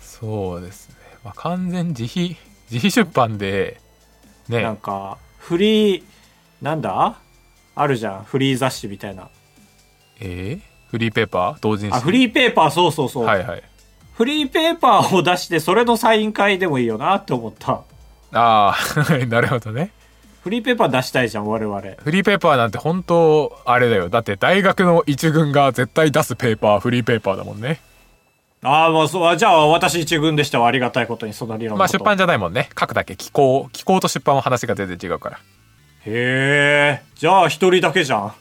Speaker 1: そうですね、まあ、完全自費 自費出版でね
Speaker 2: なんかフリーなんだあるじゃんフリー雑誌みたいな
Speaker 1: えーフリーペーパー同人誌
Speaker 2: あフリーペーパーそうそうそう、
Speaker 1: はいはい
Speaker 2: フリーペーパーを出してそれのサイン会でもいいよなって思った
Speaker 1: ああ なるほどね
Speaker 2: フリーペーパー出したいじゃん我々
Speaker 1: フリーペーパーなんて本当あれだよだって大学の一軍が絶対出すペーパーフリーペーパーだもんね
Speaker 2: ああまあそうあじゃあ私一軍でしたわありがたいことにその理論の
Speaker 1: まあ
Speaker 2: こと
Speaker 1: 出版じゃないもんね書くだけ機構機構と出版は話が全然違うから
Speaker 2: へえじゃあ一人だけじゃん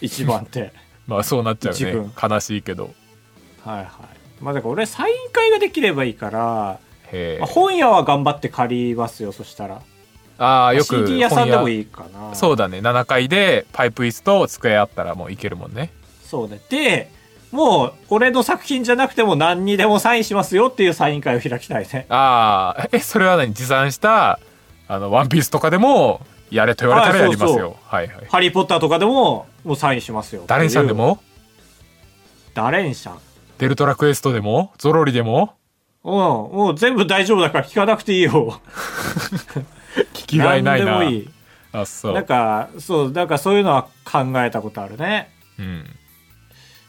Speaker 2: 一番 って
Speaker 1: まあそうなっちゃう
Speaker 2: 一
Speaker 1: ね
Speaker 2: 軍
Speaker 1: 悲しいけど
Speaker 2: はいはいまあだから俺サイン会ができればいいから、
Speaker 1: へえ
Speaker 2: まあ本屋は頑張って借りますよそしたら
Speaker 1: ああよく
Speaker 2: CD 屋さんでも
Speaker 1: い
Speaker 2: いいかな
Speaker 1: そうだね7階でパイプ椅子と机あったらもういけるもんね
Speaker 2: そうねでもう俺の作品じゃなくても何にでもサインしますよっていうサイン会を開きたいね
Speaker 1: ああえ それは何持参したあのワンピースとかでもやれと言われたらやります
Speaker 2: はいそう
Speaker 1: よはいはい
Speaker 2: ハリー・ポッターとかでももうサインしますよ
Speaker 1: ダレンシャンでも
Speaker 2: ダレンシャンうん
Speaker 1: デルトラクエストでもゾロリでも
Speaker 2: もう全部大丈夫だから聞かなくていい よ
Speaker 1: 聞きがいないな
Speaker 2: 何でもいい
Speaker 1: あそう
Speaker 2: なんかそうなんかそういうのは考えたことあるね
Speaker 1: うん、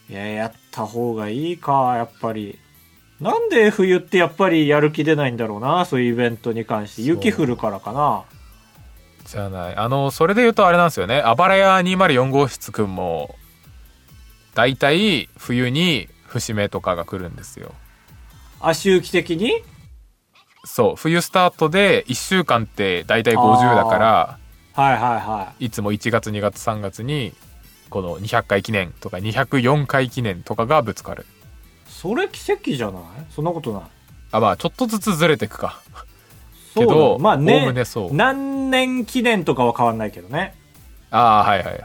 Speaker 2: いややった方がいいかやっぱりなんで冬ってやっぱりやる気出ないんだろうなそういうイベントに関して
Speaker 1: そう
Speaker 2: 雪降るからかな
Speaker 1: じゃないあのそれで言うとあれなんですよねあばら屋204号室くんも大体冬に節目とかが来るんですよ
Speaker 2: 足行き的に
Speaker 1: そう冬スタートで1週間って大体50だから
Speaker 2: はいはいはい
Speaker 1: つも1月2月3月にこの200回記念とか204回記念とかがぶつかる
Speaker 2: いそれ奇跡じゃないそんなことない
Speaker 1: あまあちょっとずつずれてくか
Speaker 2: そう
Speaker 1: け
Speaker 2: だ
Speaker 1: ど
Speaker 2: まあ
Speaker 1: おお
Speaker 2: ね
Speaker 1: むねそう
Speaker 2: 何年記念とかは変わんないけどね
Speaker 1: ああはいはい
Speaker 2: はい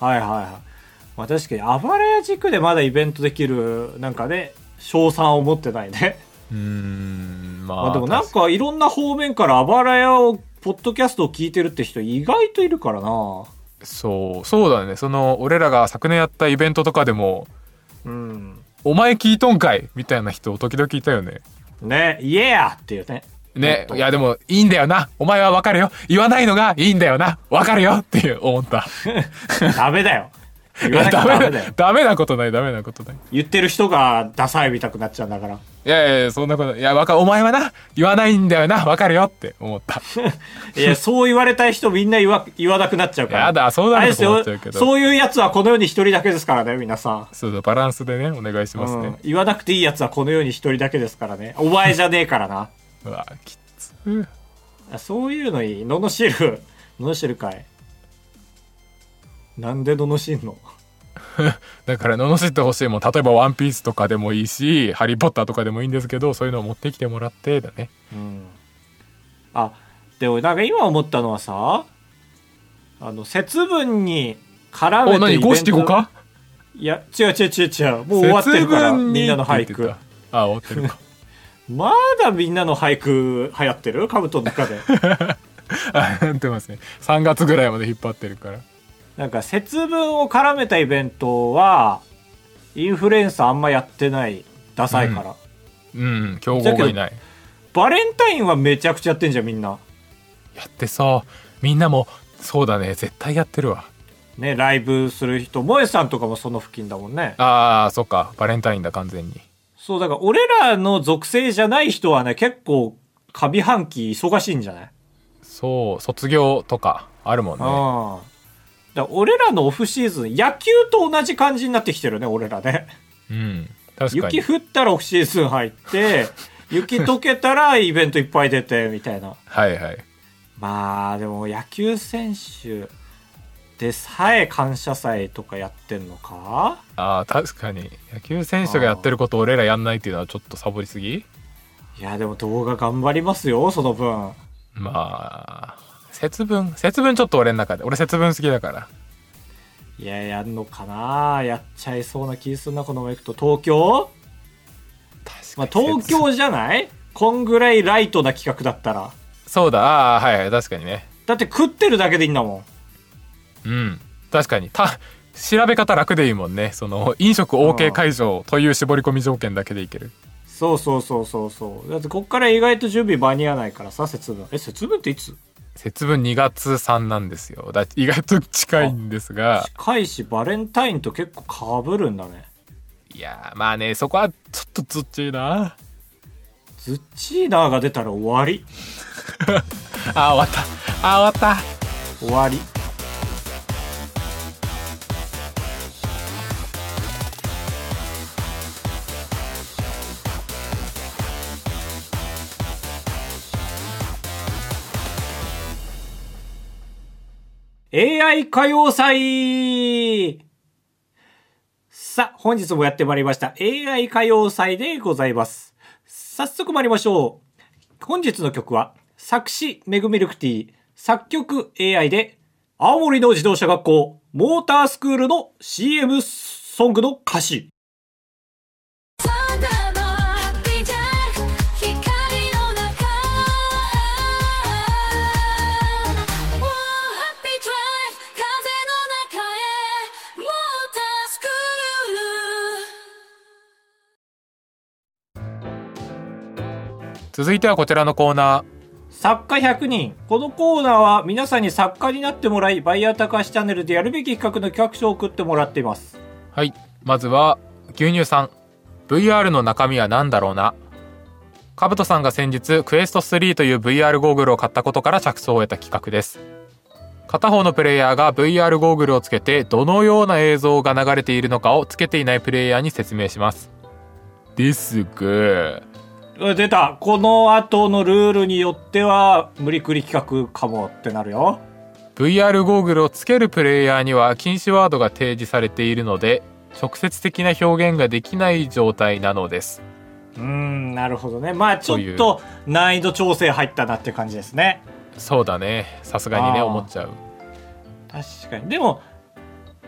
Speaker 2: はいはいまあ確かに暴れ屋地区でまだイベントできるなんかね賞賛を持ってないね
Speaker 1: うーんまあ
Speaker 2: まあでもなんかいろんな方面から暴れ屋をポッドキャストを聞いてるって人意外といるからな
Speaker 1: そうそうだねその俺らが昨年やったイベントとかでも
Speaker 2: うん
Speaker 1: 「お前聞いとんかい!」みたいな人時々いたよね
Speaker 2: ねイエアっていうね
Speaker 1: ね
Speaker 2: ほんと
Speaker 1: いやでもいいんだよなお前はわかるよ言わないのがいいんだよなわかるよっていう思った
Speaker 2: ダメ だよ言
Speaker 1: い
Speaker 2: わな
Speaker 1: や
Speaker 2: きゃ
Speaker 1: ダ
Speaker 2: ダ
Speaker 1: メ
Speaker 2: メ
Speaker 1: だ
Speaker 2: だよ
Speaker 1: ダメなことないダメなことない
Speaker 2: 言ってる人がダサいみたくなっちゃうんだから
Speaker 1: いやいやいやそんなこといやわかお前はな言わないんだよなわかるよって思 った
Speaker 2: いや、そう言われたい人みんな言わ、言わなくなっちゃうから。
Speaker 1: やだそうな
Speaker 2: あれ
Speaker 1: ると
Speaker 2: です
Speaker 1: 思
Speaker 2: よ
Speaker 1: っちゃうけ。ど
Speaker 2: そういうやつはこの世に一人だけですからね、皆さ
Speaker 1: そうだバランスでねお願いし
Speaker 2: ん。う
Speaker 1: ます
Speaker 2: ん
Speaker 1: ね、、
Speaker 2: 言わなくていいやつはこの世に一人だけですからね。お前じゃねえか らな。
Speaker 1: うわきつ
Speaker 2: あそういうのいい。罵る。罵るかい。なんで罵んの
Speaker 1: だから罵ってほしいもん例えば「ワンピースとかでもいいし「ハリー・ポッター」とかでもいいんですけどそういうのを持ってきてもらってだね
Speaker 2: うんあでもなんか今思ったのはさあの節分に絡めて
Speaker 1: お何
Speaker 2: イベント
Speaker 1: 五七五か
Speaker 2: いや違う違う違う違うもう終わってるから
Speaker 1: 節分に
Speaker 2: みんなの俳
Speaker 1: って言
Speaker 2: 句
Speaker 1: ってたあ終わってるか
Speaker 2: まだみんなの俳句流行ってるカブトの中で
Speaker 1: あやってますね3月ぐらいまで引っ張ってるから
Speaker 2: なんか節分を絡めたイベントはインフルエンサーあんまやってないダサいから、
Speaker 1: うん競合がいない
Speaker 2: バレンタインはめちゃくちゃやってんじゃんみんな
Speaker 1: やってさみんなもそうだね絶対やってるわ
Speaker 2: ねライブする人萌えさんとかもその付近だもんね
Speaker 1: あーそっかバレンタインだ完全に
Speaker 2: そうだから俺らの属性じゃない人はね結構上半期忙しいんじゃない、
Speaker 1: そう卒業とかあるもん
Speaker 2: う
Speaker 1: ね
Speaker 2: んだから俺らのオフシーズン野球と同じ感じになってきてるね俺らね
Speaker 1: うん確かに
Speaker 2: 雪降ったらオフシーズン入って、雪解けたらイベントいっぱい出て、みたいな。
Speaker 1: はいはい
Speaker 2: まあ、でも野球選手でさえ感謝祭とかやってんのか
Speaker 1: あー確かに野球選手がやってることを俺らやんないっていうのはちょっとサボりすぎ
Speaker 2: いや、でも動画頑張りますよ、その分。
Speaker 1: まあ節分節分ちょっと俺の中で俺節分好きだから
Speaker 2: いや、やんのかなやっちゃいそうな気すんな、このままいくと。東京 まあ、
Speaker 1: 確かに
Speaker 2: 東京じゃないこんぐらいライトな企画だったら。
Speaker 1: そうだあーはいはい確かにね
Speaker 2: だって食ってるだけでいいんだもん。
Speaker 1: うん確かにた調べ方楽でいいもんねその飲食 OK 会場という絞り込み条件だけでいける
Speaker 2: そうそうそうそうそう。だってこっから意外と準備間に合わないからさ、節分。え、節分っていつ
Speaker 1: 節分2月3なんですよだ意外と近いんですが
Speaker 2: 近いしバレンタインと結構被るんだね
Speaker 1: いやーまあねそこはちょっとずっちいな
Speaker 2: ズッチーナーが出たら終わり
Speaker 1: あー終わったあー終わった
Speaker 2: 終わり「AI 歌謡祭」さあ、本日もやってまいりました。AI 歌謡祭でございます。早速参りましょう。本日の曲は、作詞メグミルクティー、作曲 AI で、青森の自動車学校、モータースクールの CM ソングの歌詞。
Speaker 4: そんなのハッピーじゃん光の中 Wow, happy drive 風の中へモータースクール
Speaker 1: 続いてはこちらのコーナー
Speaker 2: 作家100人。このコーナーは皆さんに作家になってもらい、バイヤー高橋チャンネルでやるべき企画の企画書を送ってもらっています。
Speaker 1: はいまずは牛乳さん VR の中身は何だろうなカブトさんが先日クエスト3という VR ゴーグルを買ったことから着想を得た企画です片方のプレイヤーが VR ゴーグルをつけてどのような映像が流れているのかをつけていないプレイヤーに説明しますですが
Speaker 2: う出たこの後のルールによっては、無理くり企画かもってなるよ。
Speaker 1: VR ゴーグルをつけるプレイヤーには禁止ワードが提示されているので直接的な表現ができない状態なのです
Speaker 2: うーんなるほどねまあちょ
Speaker 1: とい
Speaker 2: っ
Speaker 1: う
Speaker 2: と難易度調整入ったなって感じですね
Speaker 1: そうだねさすがにね
Speaker 2: あー
Speaker 1: 思っちゃう
Speaker 2: 確かにでも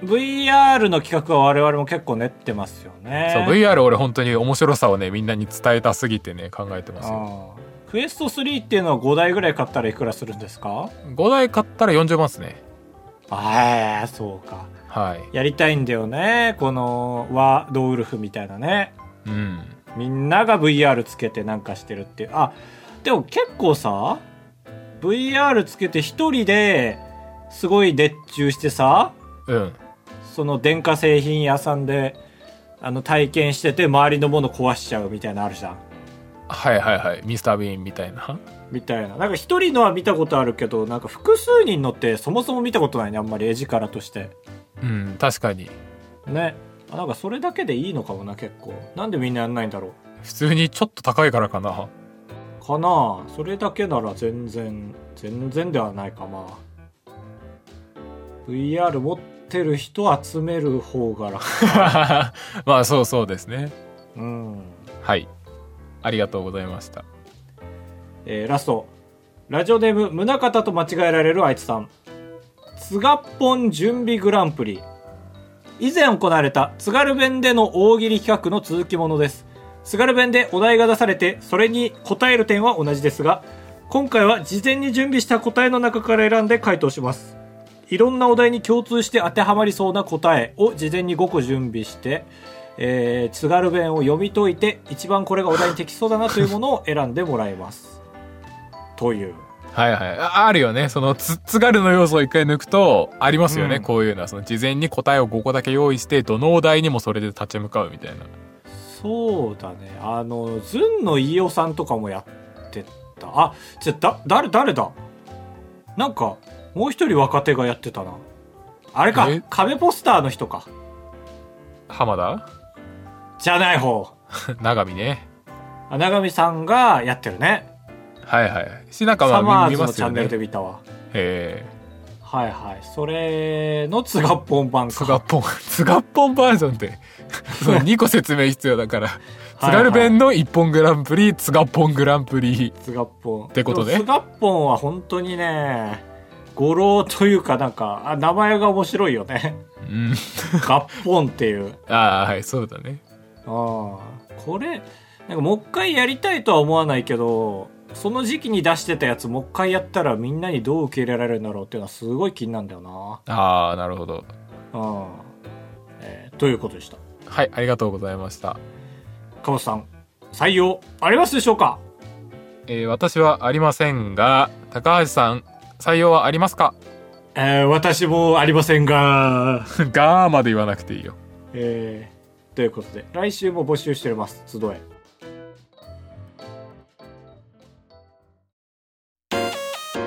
Speaker 2: VR の企画は我々も結構練ってますよね
Speaker 1: そう VR 俺本当に面白さをねみんなに伝えたすぎてね考えてますよ
Speaker 2: うんクエスト3っていうのは5台ぐらい買ったらいくらするんですか
Speaker 1: 5台買ったら40万っすね
Speaker 2: ああそうか
Speaker 1: はい
Speaker 2: やりたいんだよねこのワドウルフみたいなね
Speaker 1: うん
Speaker 2: みんなが VR つけてなんかしてるっていうあでも結構さ VR つけて一人ですごい熱中してさ
Speaker 1: うん
Speaker 2: その電化製品屋さんであの体験してて周りのもの壊しちゃうみたいなのあるじゃん
Speaker 1: はいはいはいミスター・ビーンみたいな
Speaker 2: みたいななんか一人のは見たことあるけどなんか複数人のってそもそも見たことないねあんまり絵力として
Speaker 1: うん確かに
Speaker 2: ねあなんかそれだけでいいのかもな結構なんでみんなやんないんだろ
Speaker 1: 普通にちょっと高いからか な
Speaker 2: うかなあそれだけなら全然全然ではないかまあ VR 持っってる人集める方が楽。
Speaker 1: まあそうそうですね
Speaker 2: うん。
Speaker 1: はいありがとうございました
Speaker 2: えーラスト。ラジオネーム、宗方と間違えられるあいつさん。津賀っぽん準備グランプリ。以前行われた津軽弁での大喜利企画の続きものです。津軽弁でお題が出されて、それに答える点は同じですが、今回は事前に準備した答えの中から選んで回答します。いろんなお題に共通して当てはまりそうな答えを事前に5個準備して、えー津軽弁を読み解いて、一番これがお題に適しそうだなというものを選んでもらいます。という。
Speaker 1: はいはいああるよねそのつ津軽の要素を一回抜くとありますよね、
Speaker 2: うん
Speaker 1: こういうのはその事前に答えを5個だけ用意してどのお題にもそれで立ち向かうみたいな
Speaker 2: そうだね。あの、ずんの飯尾さんとかもやってた。あ、じゃ、だ、誰、誰だなんか、もう一人若手がやってたな。あれか
Speaker 1: え、
Speaker 2: 壁ポスターの人か。
Speaker 1: 浜田
Speaker 2: じゃない方。
Speaker 1: 長見ね
Speaker 2: あ長見さんがやってるね。
Speaker 1: はいはいしなんか
Speaker 2: サ
Speaker 1: ま
Speaker 2: マ
Speaker 1: あ
Speaker 2: ー
Speaker 1: 見
Speaker 2: ズの
Speaker 1: ます
Speaker 2: チ
Speaker 1: よ
Speaker 2: ャンネル
Speaker 1: ね
Speaker 2: で
Speaker 1: へ
Speaker 2: 見たわ。
Speaker 1: え
Speaker 2: はいはい。それの津賀っぽん版
Speaker 1: つが
Speaker 2: か
Speaker 1: っ。ぽん つがっぽんバージョンって その2個説明必要だから
Speaker 2: い
Speaker 1: 津軽弁の一本グランプリつがっぽんグランプリ
Speaker 2: 津賀っぽん。って
Speaker 1: ことね
Speaker 2: 津賀っぽんは本当にね、語呂というかなんか、あ名前が面白いよね。
Speaker 1: うん
Speaker 2: ガッポンっていう。
Speaker 1: ああはいそうだね
Speaker 2: ああこれなんかもう一回やりたいとは思わないけどその時期に出してたやつもう一回やったらみんなにどう受け入れられるんだろうっていうのはすごい気になるんだよな
Speaker 1: ああなるほど
Speaker 2: うん、えーということでした
Speaker 1: はいありがとうございました、
Speaker 2: かぼさん採用ありますでしょうか
Speaker 1: えー私はありませんが高橋さん採用はあります か
Speaker 2: えー私もありませんが、
Speaker 1: がーまで言わなくていいよ
Speaker 2: えーということで来週も募集しております集え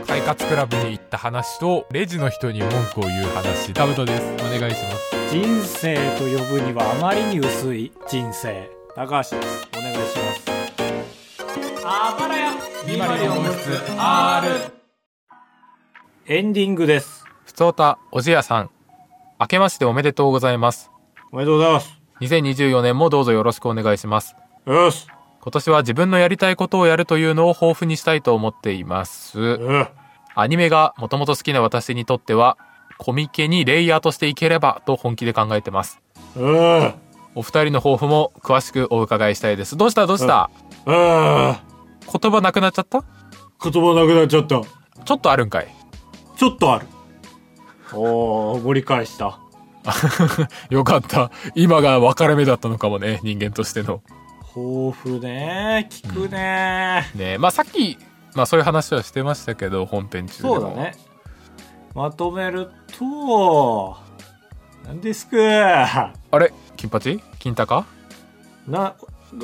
Speaker 1: 快活クラブに行った話とレジの人に文句を言う話タブトですお願いします
Speaker 2: 人生と呼ぶにはあまりに薄い人生高橋ですお願いしますあばらやエンディングです
Speaker 1: ふつおたおじやさん明けましておめでとうございます
Speaker 2: おめでとうございます
Speaker 1: 2024年もどうぞよろしくお願いします
Speaker 2: よし
Speaker 1: 今年は自分のやりたいことをやるというのを豊富にしたいと思っています
Speaker 2: うん
Speaker 1: アニメがもともと好きな私にとってはコミケにレイヤーとしていければと本気で考えてます
Speaker 2: うんうん
Speaker 1: お二人の抱負も詳しくお伺いしたいですどうしたどうした言葉なくなっちゃった
Speaker 2: 言葉なくなっちゃった
Speaker 1: ちょっとあるんかい
Speaker 2: ちょっとあるおお盛り返した
Speaker 1: よかった今が分かれ目だったのかもね人間としての
Speaker 2: 豊富ね聞くね、
Speaker 1: ねえまあさっきまあそういう話はしてましたけど本編中でも
Speaker 2: そうだねまとめると何ですか
Speaker 1: あれ金八金高
Speaker 2: な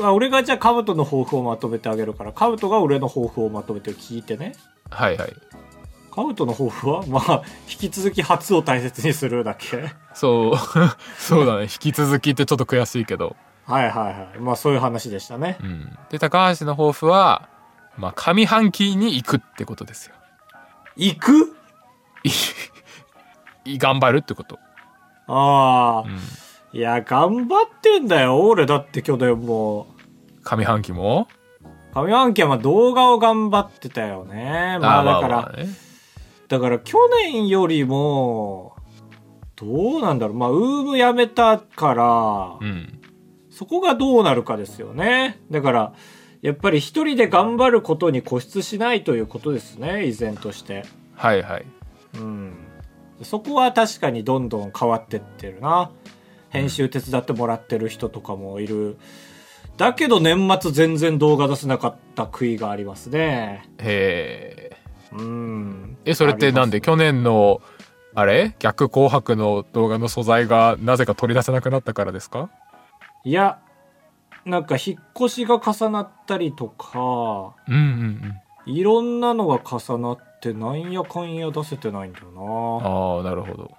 Speaker 2: あ俺がじゃあカブトの抱負をまとめてあげるからカブトが俺の抱負をまとめて聞いてね
Speaker 1: はいはい
Speaker 2: カブトの抱負は まあ引き続き初を大切にするだけ はい
Speaker 1: そう そうだね引き続きってちょっと悔しいけど
Speaker 2: はいはいまあそういう話でしたね
Speaker 1: うんで高橋の抱負はまあ上半期に行くってことですよ
Speaker 2: 行く
Speaker 1: い 頑張るってこと
Speaker 2: ああ、
Speaker 1: ん
Speaker 2: いや頑張ってんだよ俺だって去年も
Speaker 1: 上半期も
Speaker 2: 上半期はまあ動画を頑張ってたよねまあだから、
Speaker 1: まあね
Speaker 2: だから去年よりもどうなんだろうまあウームやめたから、
Speaker 1: うん
Speaker 2: そこがどうなるかですよね。だから、やっぱり一人で頑張ることに固執しないということですね、依然として。
Speaker 1: はいはい
Speaker 2: うん。そこは確かにどんどん変わってってるな。編集手伝ってもらってる人とかもいる。だけど年末全然動画出せなかった悔いがありますね。
Speaker 1: へえ
Speaker 2: うん。
Speaker 1: えそれってなんで去年のあれ逆紅白の動画の素材がなぜか取り出せなくなったからですか
Speaker 2: いや、なんか引っ越しが重なったりとか、
Speaker 1: うんうんうん
Speaker 2: いろんなのが重なってなんやかんや出せてないんだよな。
Speaker 1: ああなるほど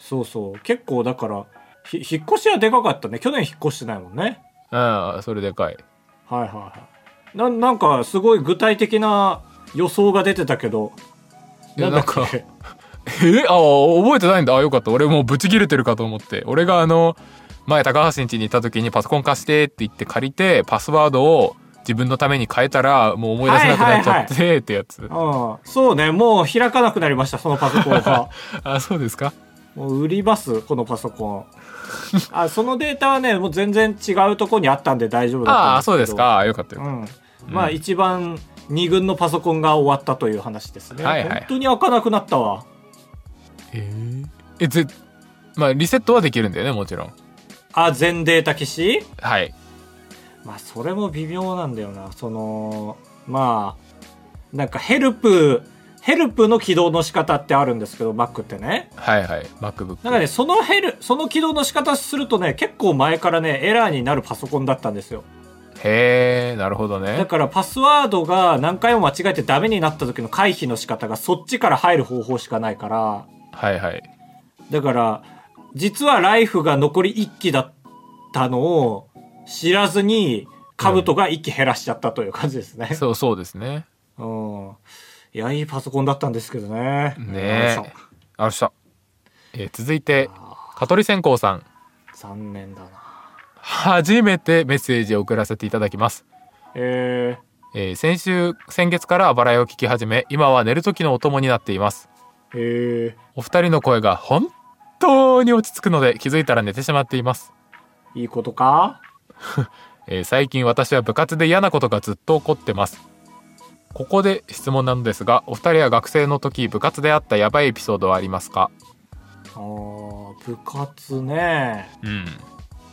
Speaker 2: そうそう。結構だから、ひ引っ越しはでかかったね。去年引っ越してないもんね。
Speaker 1: ああそれでかい
Speaker 2: はいはいはい。な、なんかすごい具体的な予想が出てたけど、
Speaker 1: いや
Speaker 2: なんだっけ
Speaker 1: なんかえああ覚えてないんだあよかった俺もうブチ切れてるかと思って俺があの前高橋ん家にいた時にパソコン貸してって言って借りてパスワードを自分のために変えたらもう思い出せなくなっちゃって、
Speaker 2: は
Speaker 1: ってやつ
Speaker 2: うん。そうね、もう開かなくなりました、そのパソコン が。
Speaker 1: あそうですか
Speaker 2: もう売ります、このパソコン。あ、そのデータはね、もう全然違うとこにあったんで大丈夫だ
Speaker 1: ああ
Speaker 2: った
Speaker 1: そ
Speaker 2: ん
Speaker 1: うで
Speaker 2: け
Speaker 1: す
Speaker 2: ど。
Speaker 1: かあよかったよかっ
Speaker 2: うん。まあ、一番二軍のパソコンが終わったという話ですね。
Speaker 1: はいはい
Speaker 2: 本当に開かなくなったわ。
Speaker 1: た、えーえぜまあリセットはできるんだよねもちろん
Speaker 2: あ、全データ消し
Speaker 1: はい
Speaker 2: まあ、それも微妙なんだよな。その、まあ、なんかヘルプ、ヘルプの起動の仕方ってあるんですけど、Mac ってね。
Speaker 1: はいはい MacBook
Speaker 2: なんかね、そのヘル、その起動の仕方するとね、結構前からね、エラーになるパソコンだったんですよ。
Speaker 1: へえなるほど
Speaker 2: だ
Speaker 1: ね
Speaker 2: からパスワードが何回も間違えてダメになった時の回避の仕方がそっちから入る方法しかないから、
Speaker 1: はいはい
Speaker 2: だから、実はライフが残り1機だったのを知らずに、カブトが1機減らしちゃったという感じですね。
Speaker 1: そうそうですね
Speaker 2: うん。いや、いいパソコンだったんですけどね。
Speaker 1: ね
Speaker 2: あ
Speaker 1: えありました、えー続いて香取線香さん
Speaker 2: そう残念だな。
Speaker 1: 初めてメッセージを送らせていただきます、
Speaker 2: え
Speaker 1: えー先週先月からバラエを聞き始め今は寝る時のお供になっています
Speaker 2: ー、え
Speaker 1: お二人の声が本当に落ち着くので気づいたら寝てしまっています、
Speaker 2: ー、いいことか
Speaker 1: えー最近私は部活で嫌なことがずっと起こってますここで質問なのですがお二人は学生の時部活であったやばいエピソードはありますか
Speaker 2: あー部活ね。
Speaker 1: うん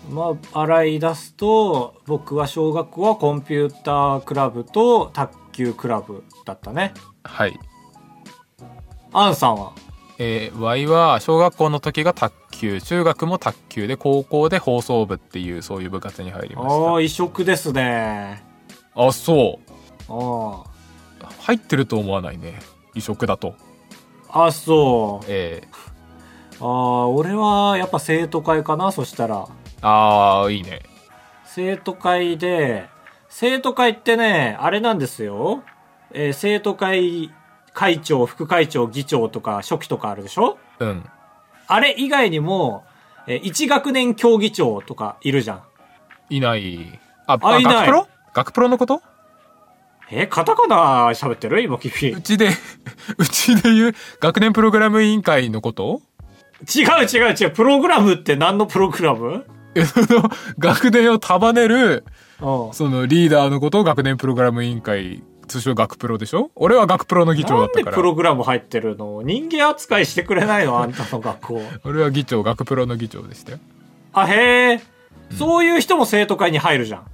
Speaker 2: まあ、洗い出すと、僕は小学校はコンピュータークラブと卓球クラブだったね。
Speaker 1: はい
Speaker 2: アンさんは
Speaker 1: えー、Y は小学校の時が卓球中学も卓球で高校で放送部っていうそういう部活に入り
Speaker 2: あ
Speaker 1: ま
Speaker 2: あー、
Speaker 1: し
Speaker 2: 異色ですね。
Speaker 1: たあそう
Speaker 2: あ
Speaker 1: 入ってると思わないね異色だと
Speaker 2: あ。あ、そう。
Speaker 1: え
Speaker 2: ああ、俺はやっぱ生徒会かな、そしたら。
Speaker 1: ー、ああいいね
Speaker 2: 生徒会で、生徒会ってね、あれなんですよ。えー生徒会会長、副会長、議長とか、書記とかあるでしょ
Speaker 1: うん
Speaker 2: あれ以外にも、えー一学年協議長とかいるじゃん。
Speaker 1: いないあ
Speaker 2: あいな
Speaker 1: 学
Speaker 2: い
Speaker 1: プロ学プロのこと
Speaker 2: えーカタカナ喋ってる今君。違う違
Speaker 1: うちで うちで言う学年プログラム委員会のこと
Speaker 2: う違う。プログラムって何のプログラム
Speaker 1: えその学年を束ねる
Speaker 2: うん。
Speaker 1: そのリーダーのことを学年プログラム委員会通称学プロでしょ俺は学プロの議長だ
Speaker 2: な
Speaker 1: っ
Speaker 2: ん
Speaker 1: た
Speaker 2: で
Speaker 1: から
Speaker 2: プログラム入ってるの人間扱いしてくれないのあんたの学校。
Speaker 1: 俺は議長学プロの議長でしたよ
Speaker 2: あ、へえ。そういう人も生徒会に入るじゃん。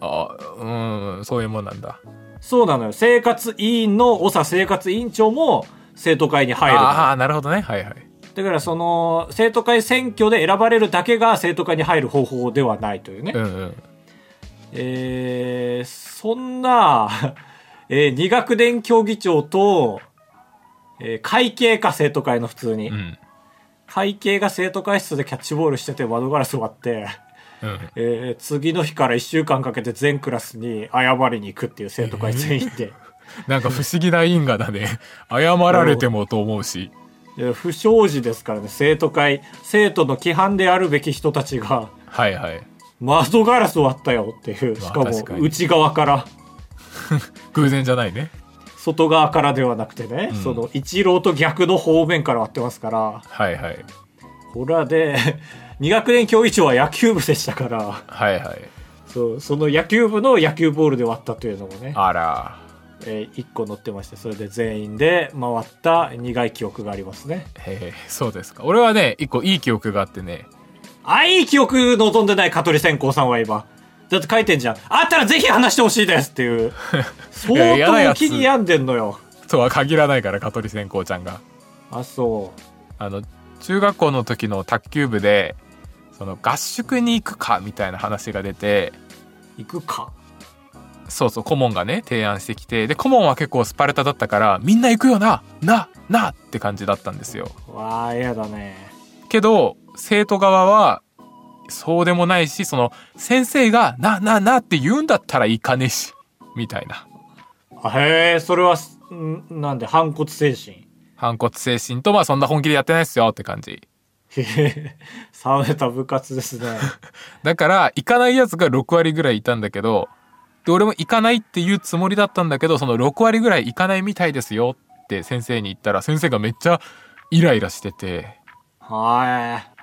Speaker 1: あうんそういうもんなんだ
Speaker 2: そうなのよ。生活委員の長生活委員長も生徒会に入るのよ。
Speaker 1: ああなるほどねはいはい
Speaker 2: だからその、生徒会選挙で選ばれるだけが生徒会に入る方法ではないというね。
Speaker 1: うんうん
Speaker 2: えー、そんな、 えー、二学年協議長と、えー会計か生徒会の普通に。
Speaker 1: うん
Speaker 2: 会計が生徒会室でキャッチボールしてて窓ガラス割って、
Speaker 1: うん
Speaker 2: えー次の日から一週間かけて全クラスに謝りに行くっていう生徒会全員で。
Speaker 1: なんか不思議な因果だね 謝られてもと思うし
Speaker 2: で不祥事ですからね生徒会生徒の規範であるべき人たちが
Speaker 1: はいはい
Speaker 2: 窓ガラス割ったよっていう
Speaker 1: まあ
Speaker 2: しかも
Speaker 1: 確かに
Speaker 2: 内側から
Speaker 1: 偶然じゃないね
Speaker 2: 外側からではなくてね、
Speaker 1: うん
Speaker 2: その一郎と逆の方面から割ってますから
Speaker 1: はいはい
Speaker 2: これはで 2学年教委長は野球部でしたから
Speaker 1: はいはい
Speaker 2: そうその野球部の野球ボールで割ったというのもね、
Speaker 1: あら
Speaker 2: え1個載ってましてそれで全員で回った苦い記憶がありますね
Speaker 1: へえそうですか俺はね一個いい記憶があってね
Speaker 2: あいい記憶望んでない香取線香さんは今だって書いてんじゃんあったらぜひ話してほしいですっていう
Speaker 1: や
Speaker 2: 相
Speaker 1: 嫌なや
Speaker 2: 当
Speaker 1: つ
Speaker 2: 気に病んでんのよ
Speaker 1: とは限らないから香取線香ちゃんが
Speaker 2: あそう
Speaker 1: あの中学校の時の卓球部でその合宿に行くかみたいな話が出て
Speaker 2: 行くか
Speaker 1: そうそう顧問がね提案してきてで顧問は結構スパルタだったからみんな行くよなななって感じだったんですよ
Speaker 2: わあ嫌だね
Speaker 1: けど生徒側はそうでもないしその先生がなななって言うんだったら行かねえしみたいな
Speaker 2: あへえそれはんなんで反骨精神
Speaker 1: 反骨精神とまあそんな本気でやってないっすよって感じ
Speaker 2: へへ冷めた部活ですね。
Speaker 1: だから行かないやつが6割ぐらいいたんだけどで俺も行かないっていうつもりだったんだけどその6割ぐらい行かないみたいですよって先生に言ったら先生がめっちゃイライラしてて
Speaker 2: はい。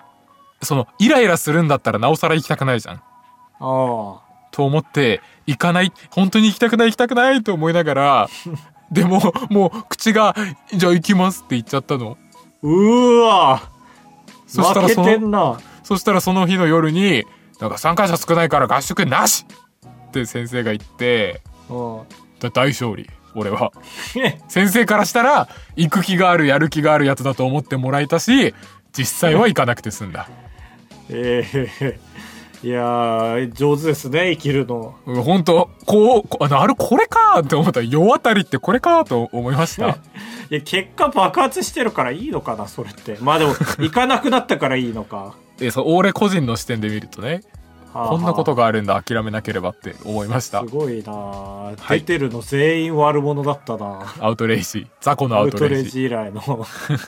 Speaker 1: そのイライラするんだったらなおさら行きたくないじゃん
Speaker 2: おう
Speaker 1: と思って行かない本当に行きたくない行きたくないと思いながらでももう口が「じゃあ行きます」って言っちゃったの
Speaker 2: うーわ
Speaker 1: そしたら
Speaker 2: 負け
Speaker 1: そ
Speaker 2: てん
Speaker 1: の
Speaker 2: な。
Speaker 1: そしたらその日の夜に「なんか参加者少ないから合宿なし!」って先生が言って
Speaker 2: うん。
Speaker 1: だ大勝利俺は先生からしたら行く気があるやる気があるやつだと思ってもらえたし実際は行かなくて済んだ
Speaker 2: ええいやー、上手ですね、生きるの。
Speaker 1: うん本当こうこあなるこれかって思った世渡りってこれかと思いました
Speaker 2: いや、結果爆発してるからいいのかな、それって。ま あでも、行かなくなったからいいのか。
Speaker 1: えそう俺個人の視点で見るとね
Speaker 2: はあ
Speaker 1: こんなこと
Speaker 2: は
Speaker 1: があるんだ諦めなければって思いまし
Speaker 2: あ
Speaker 1: た
Speaker 2: すごいな、
Speaker 1: はい
Speaker 2: 出てるの全員悪者だったな。
Speaker 1: アウトレイジー雑魚の
Speaker 2: ア
Speaker 1: ア
Speaker 2: ウ
Speaker 1: ウ
Speaker 2: ト
Speaker 1: ト
Speaker 2: レ
Speaker 1: レ
Speaker 2: イ
Speaker 1: イジ
Speaker 2: ジ以来の。
Speaker 1: ー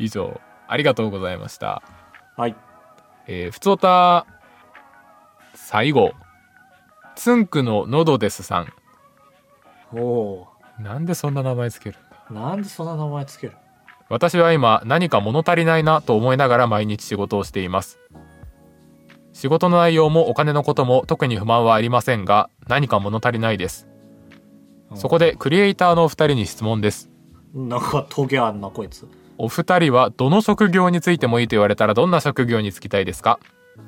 Speaker 1: 以上ありがとうございました
Speaker 2: はい。
Speaker 1: えー、ふつおた最後つんくののどですさん
Speaker 2: おお
Speaker 1: なんでそんな名前つけるんだ
Speaker 2: うなんでそんな名前つける
Speaker 1: 私は今何か物足りないなと思いながら毎日仕事をしています仕事の内容もお金のことも特に不満はありませんが何か物足りないですそこでクリエイターのお二人に質問です
Speaker 2: なんかトゲあんな、こいつ。
Speaker 1: お二人はどの職業についてもいいと言われたらどんな職業に就きたいですか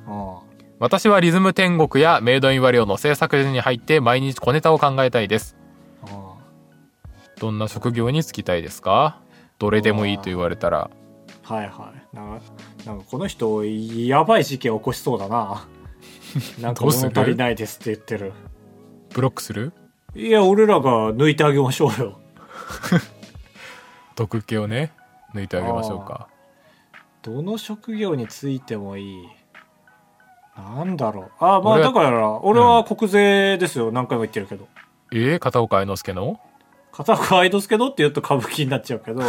Speaker 2: うん。
Speaker 1: 私はリズム天国やメイドインワリオの制作時に入って毎日小ネタを考えたいです
Speaker 2: うん
Speaker 1: どんな職業に就きたいですかどれでもいいと言われたら
Speaker 2: はいはいなんかなんかこの人やばい事件起こしそう だななんか
Speaker 1: どうす
Speaker 2: 物
Speaker 1: る
Speaker 2: 足りないですって言ってる
Speaker 1: ブロックする
Speaker 2: いや俺らが抜いてあげましょうよ
Speaker 1: 毒気をね抜いてあげましょうか
Speaker 2: どの職業についてもいいなんだろうあまあ
Speaker 1: 俺
Speaker 2: だから俺は国税ですよ、何回も言ってるけど
Speaker 1: えー、片岡愛之助の
Speaker 2: 片岡愛之助のって言うと歌舞伎になっちゃうけど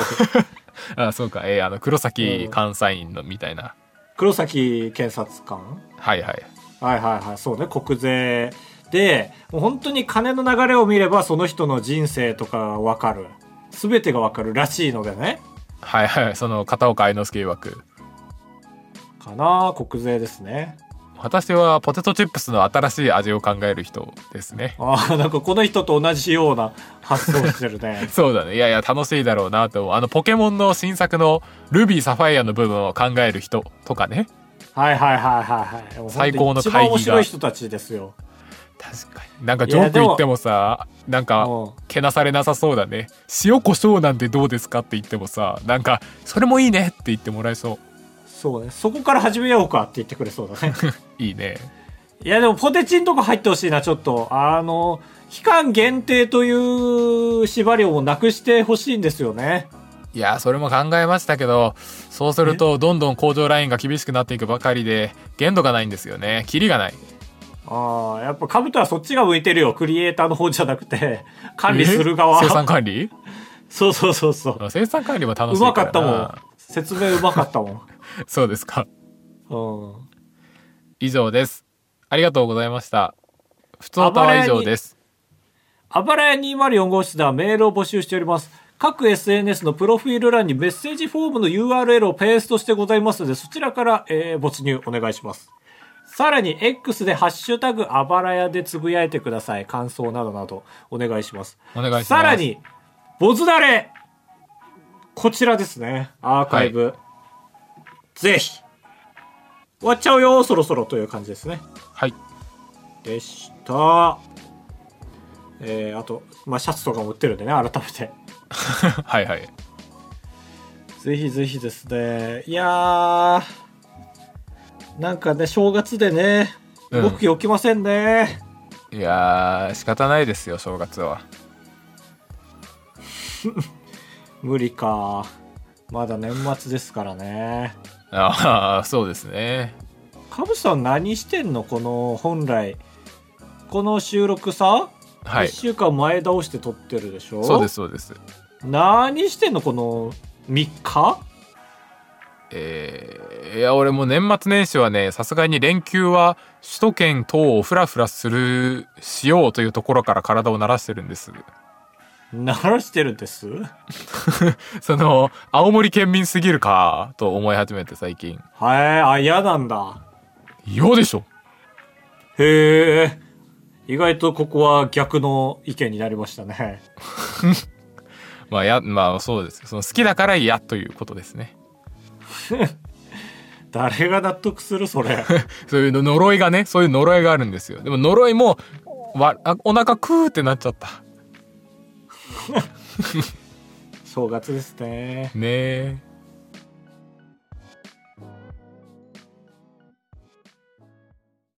Speaker 1: あそうかえー、あの黒崎監査員のみたいな、
Speaker 2: 黒崎検察官
Speaker 1: はいはい
Speaker 2: はいはいはいそうね国税でもう本当に金の流れを見ればその人の人生とか分かる全てが分かるらしいのでね
Speaker 1: はいはいその片岡愛之助曰く
Speaker 2: かな国税ですね
Speaker 1: 私はポテトチップスの新しい味を考える人ですね
Speaker 2: ああなんかこの人と同じような発想してるね
Speaker 1: そうだねいやいや楽しいだろうなと思うあのポケモンの新作のルビーサファイアの部分を考える人とかね
Speaker 2: はいはいはいはいはいもう本当に
Speaker 1: 最高の
Speaker 2: 一番
Speaker 1: 会議が
Speaker 2: 面白い人たちですよ
Speaker 1: 確かになんかジョーク言ってもさなんか
Speaker 2: うん
Speaker 1: けなされなさそうだね塩コショウなんてどうですかって言ってもさなんかそれもいいねって言ってもらえそ
Speaker 2: そうねそこから始めようかって言ってくれそうだね
Speaker 1: ういいね
Speaker 2: いやでもポテチンとか入ってほしいなちょっとあの期間限定という縛りをもうなくしてほしいんですよね
Speaker 1: いやそれも考えましたけどそうするとどんどん工場ラインが厳しくなっていくばかりで限度がないんですよねキリがない
Speaker 2: ああ、やっぱカブトはそっちが向いてるよ。クリエイターの方じゃなくて、管理する側
Speaker 1: え。生産管理
Speaker 2: そうそうそうそう。
Speaker 1: あ生産管理は楽し
Speaker 2: う
Speaker 1: いからな
Speaker 2: まかったもん。説明うまかったも
Speaker 1: そうですか
Speaker 2: ん。うん。
Speaker 1: 以上ですありがとうございましたふつおたは以上です
Speaker 2: あばらや204号室ではメールを募集しております。各 SNS のプロフィール欄にメッセージフォームの URL をペーストしてございますので、そちらから、えー没入お願いします。さらに X でハッシュタグあばらやでつぶやいてください。感想などなどお願いします。
Speaker 1: お願いします
Speaker 2: さらに、ボズダレこちらですね。アーカイブ。ぜひ終わっちゃうよ、そろそろという感じですね。
Speaker 1: はい
Speaker 2: でした。えー、あと、まあ、シャツとかも売ってるんでね、改めて。
Speaker 1: はい はい
Speaker 2: ぜひぜひですね。いやー、なんかね、正月でね、
Speaker 1: うん
Speaker 2: 動き起きませんね。
Speaker 1: いやー仕方ないですよ正月は
Speaker 2: 無理か。まだ年末ですからね。
Speaker 1: ああそうですね
Speaker 2: カブさん何してんのこの、本来。この収録さ、
Speaker 1: はい
Speaker 2: 1週間前倒して撮ってるでしょ
Speaker 1: そうですそうです
Speaker 2: 何してんのこの3日
Speaker 1: えーいや俺もう年末年始はねさすがに連休は首都圏等をフラフラするしようというところから体を慣らしてるんです
Speaker 2: 鳴らしてるんです
Speaker 1: その青森県民すぎるかと思い始めて最近
Speaker 2: はい、あ、嫌なんだ。
Speaker 1: 嫌でしょ
Speaker 2: へえ。意外とここは逆の意見になりましたね。
Speaker 1: まあやまあそうですその好きだから嫌ということですね
Speaker 2: 誰が納得するそれ。
Speaker 1: そういうの呪いがねそういう呪いがあるんですよでも呪いもわあお腹クーってなっちゃった
Speaker 2: 正月ですね。
Speaker 1: ねえ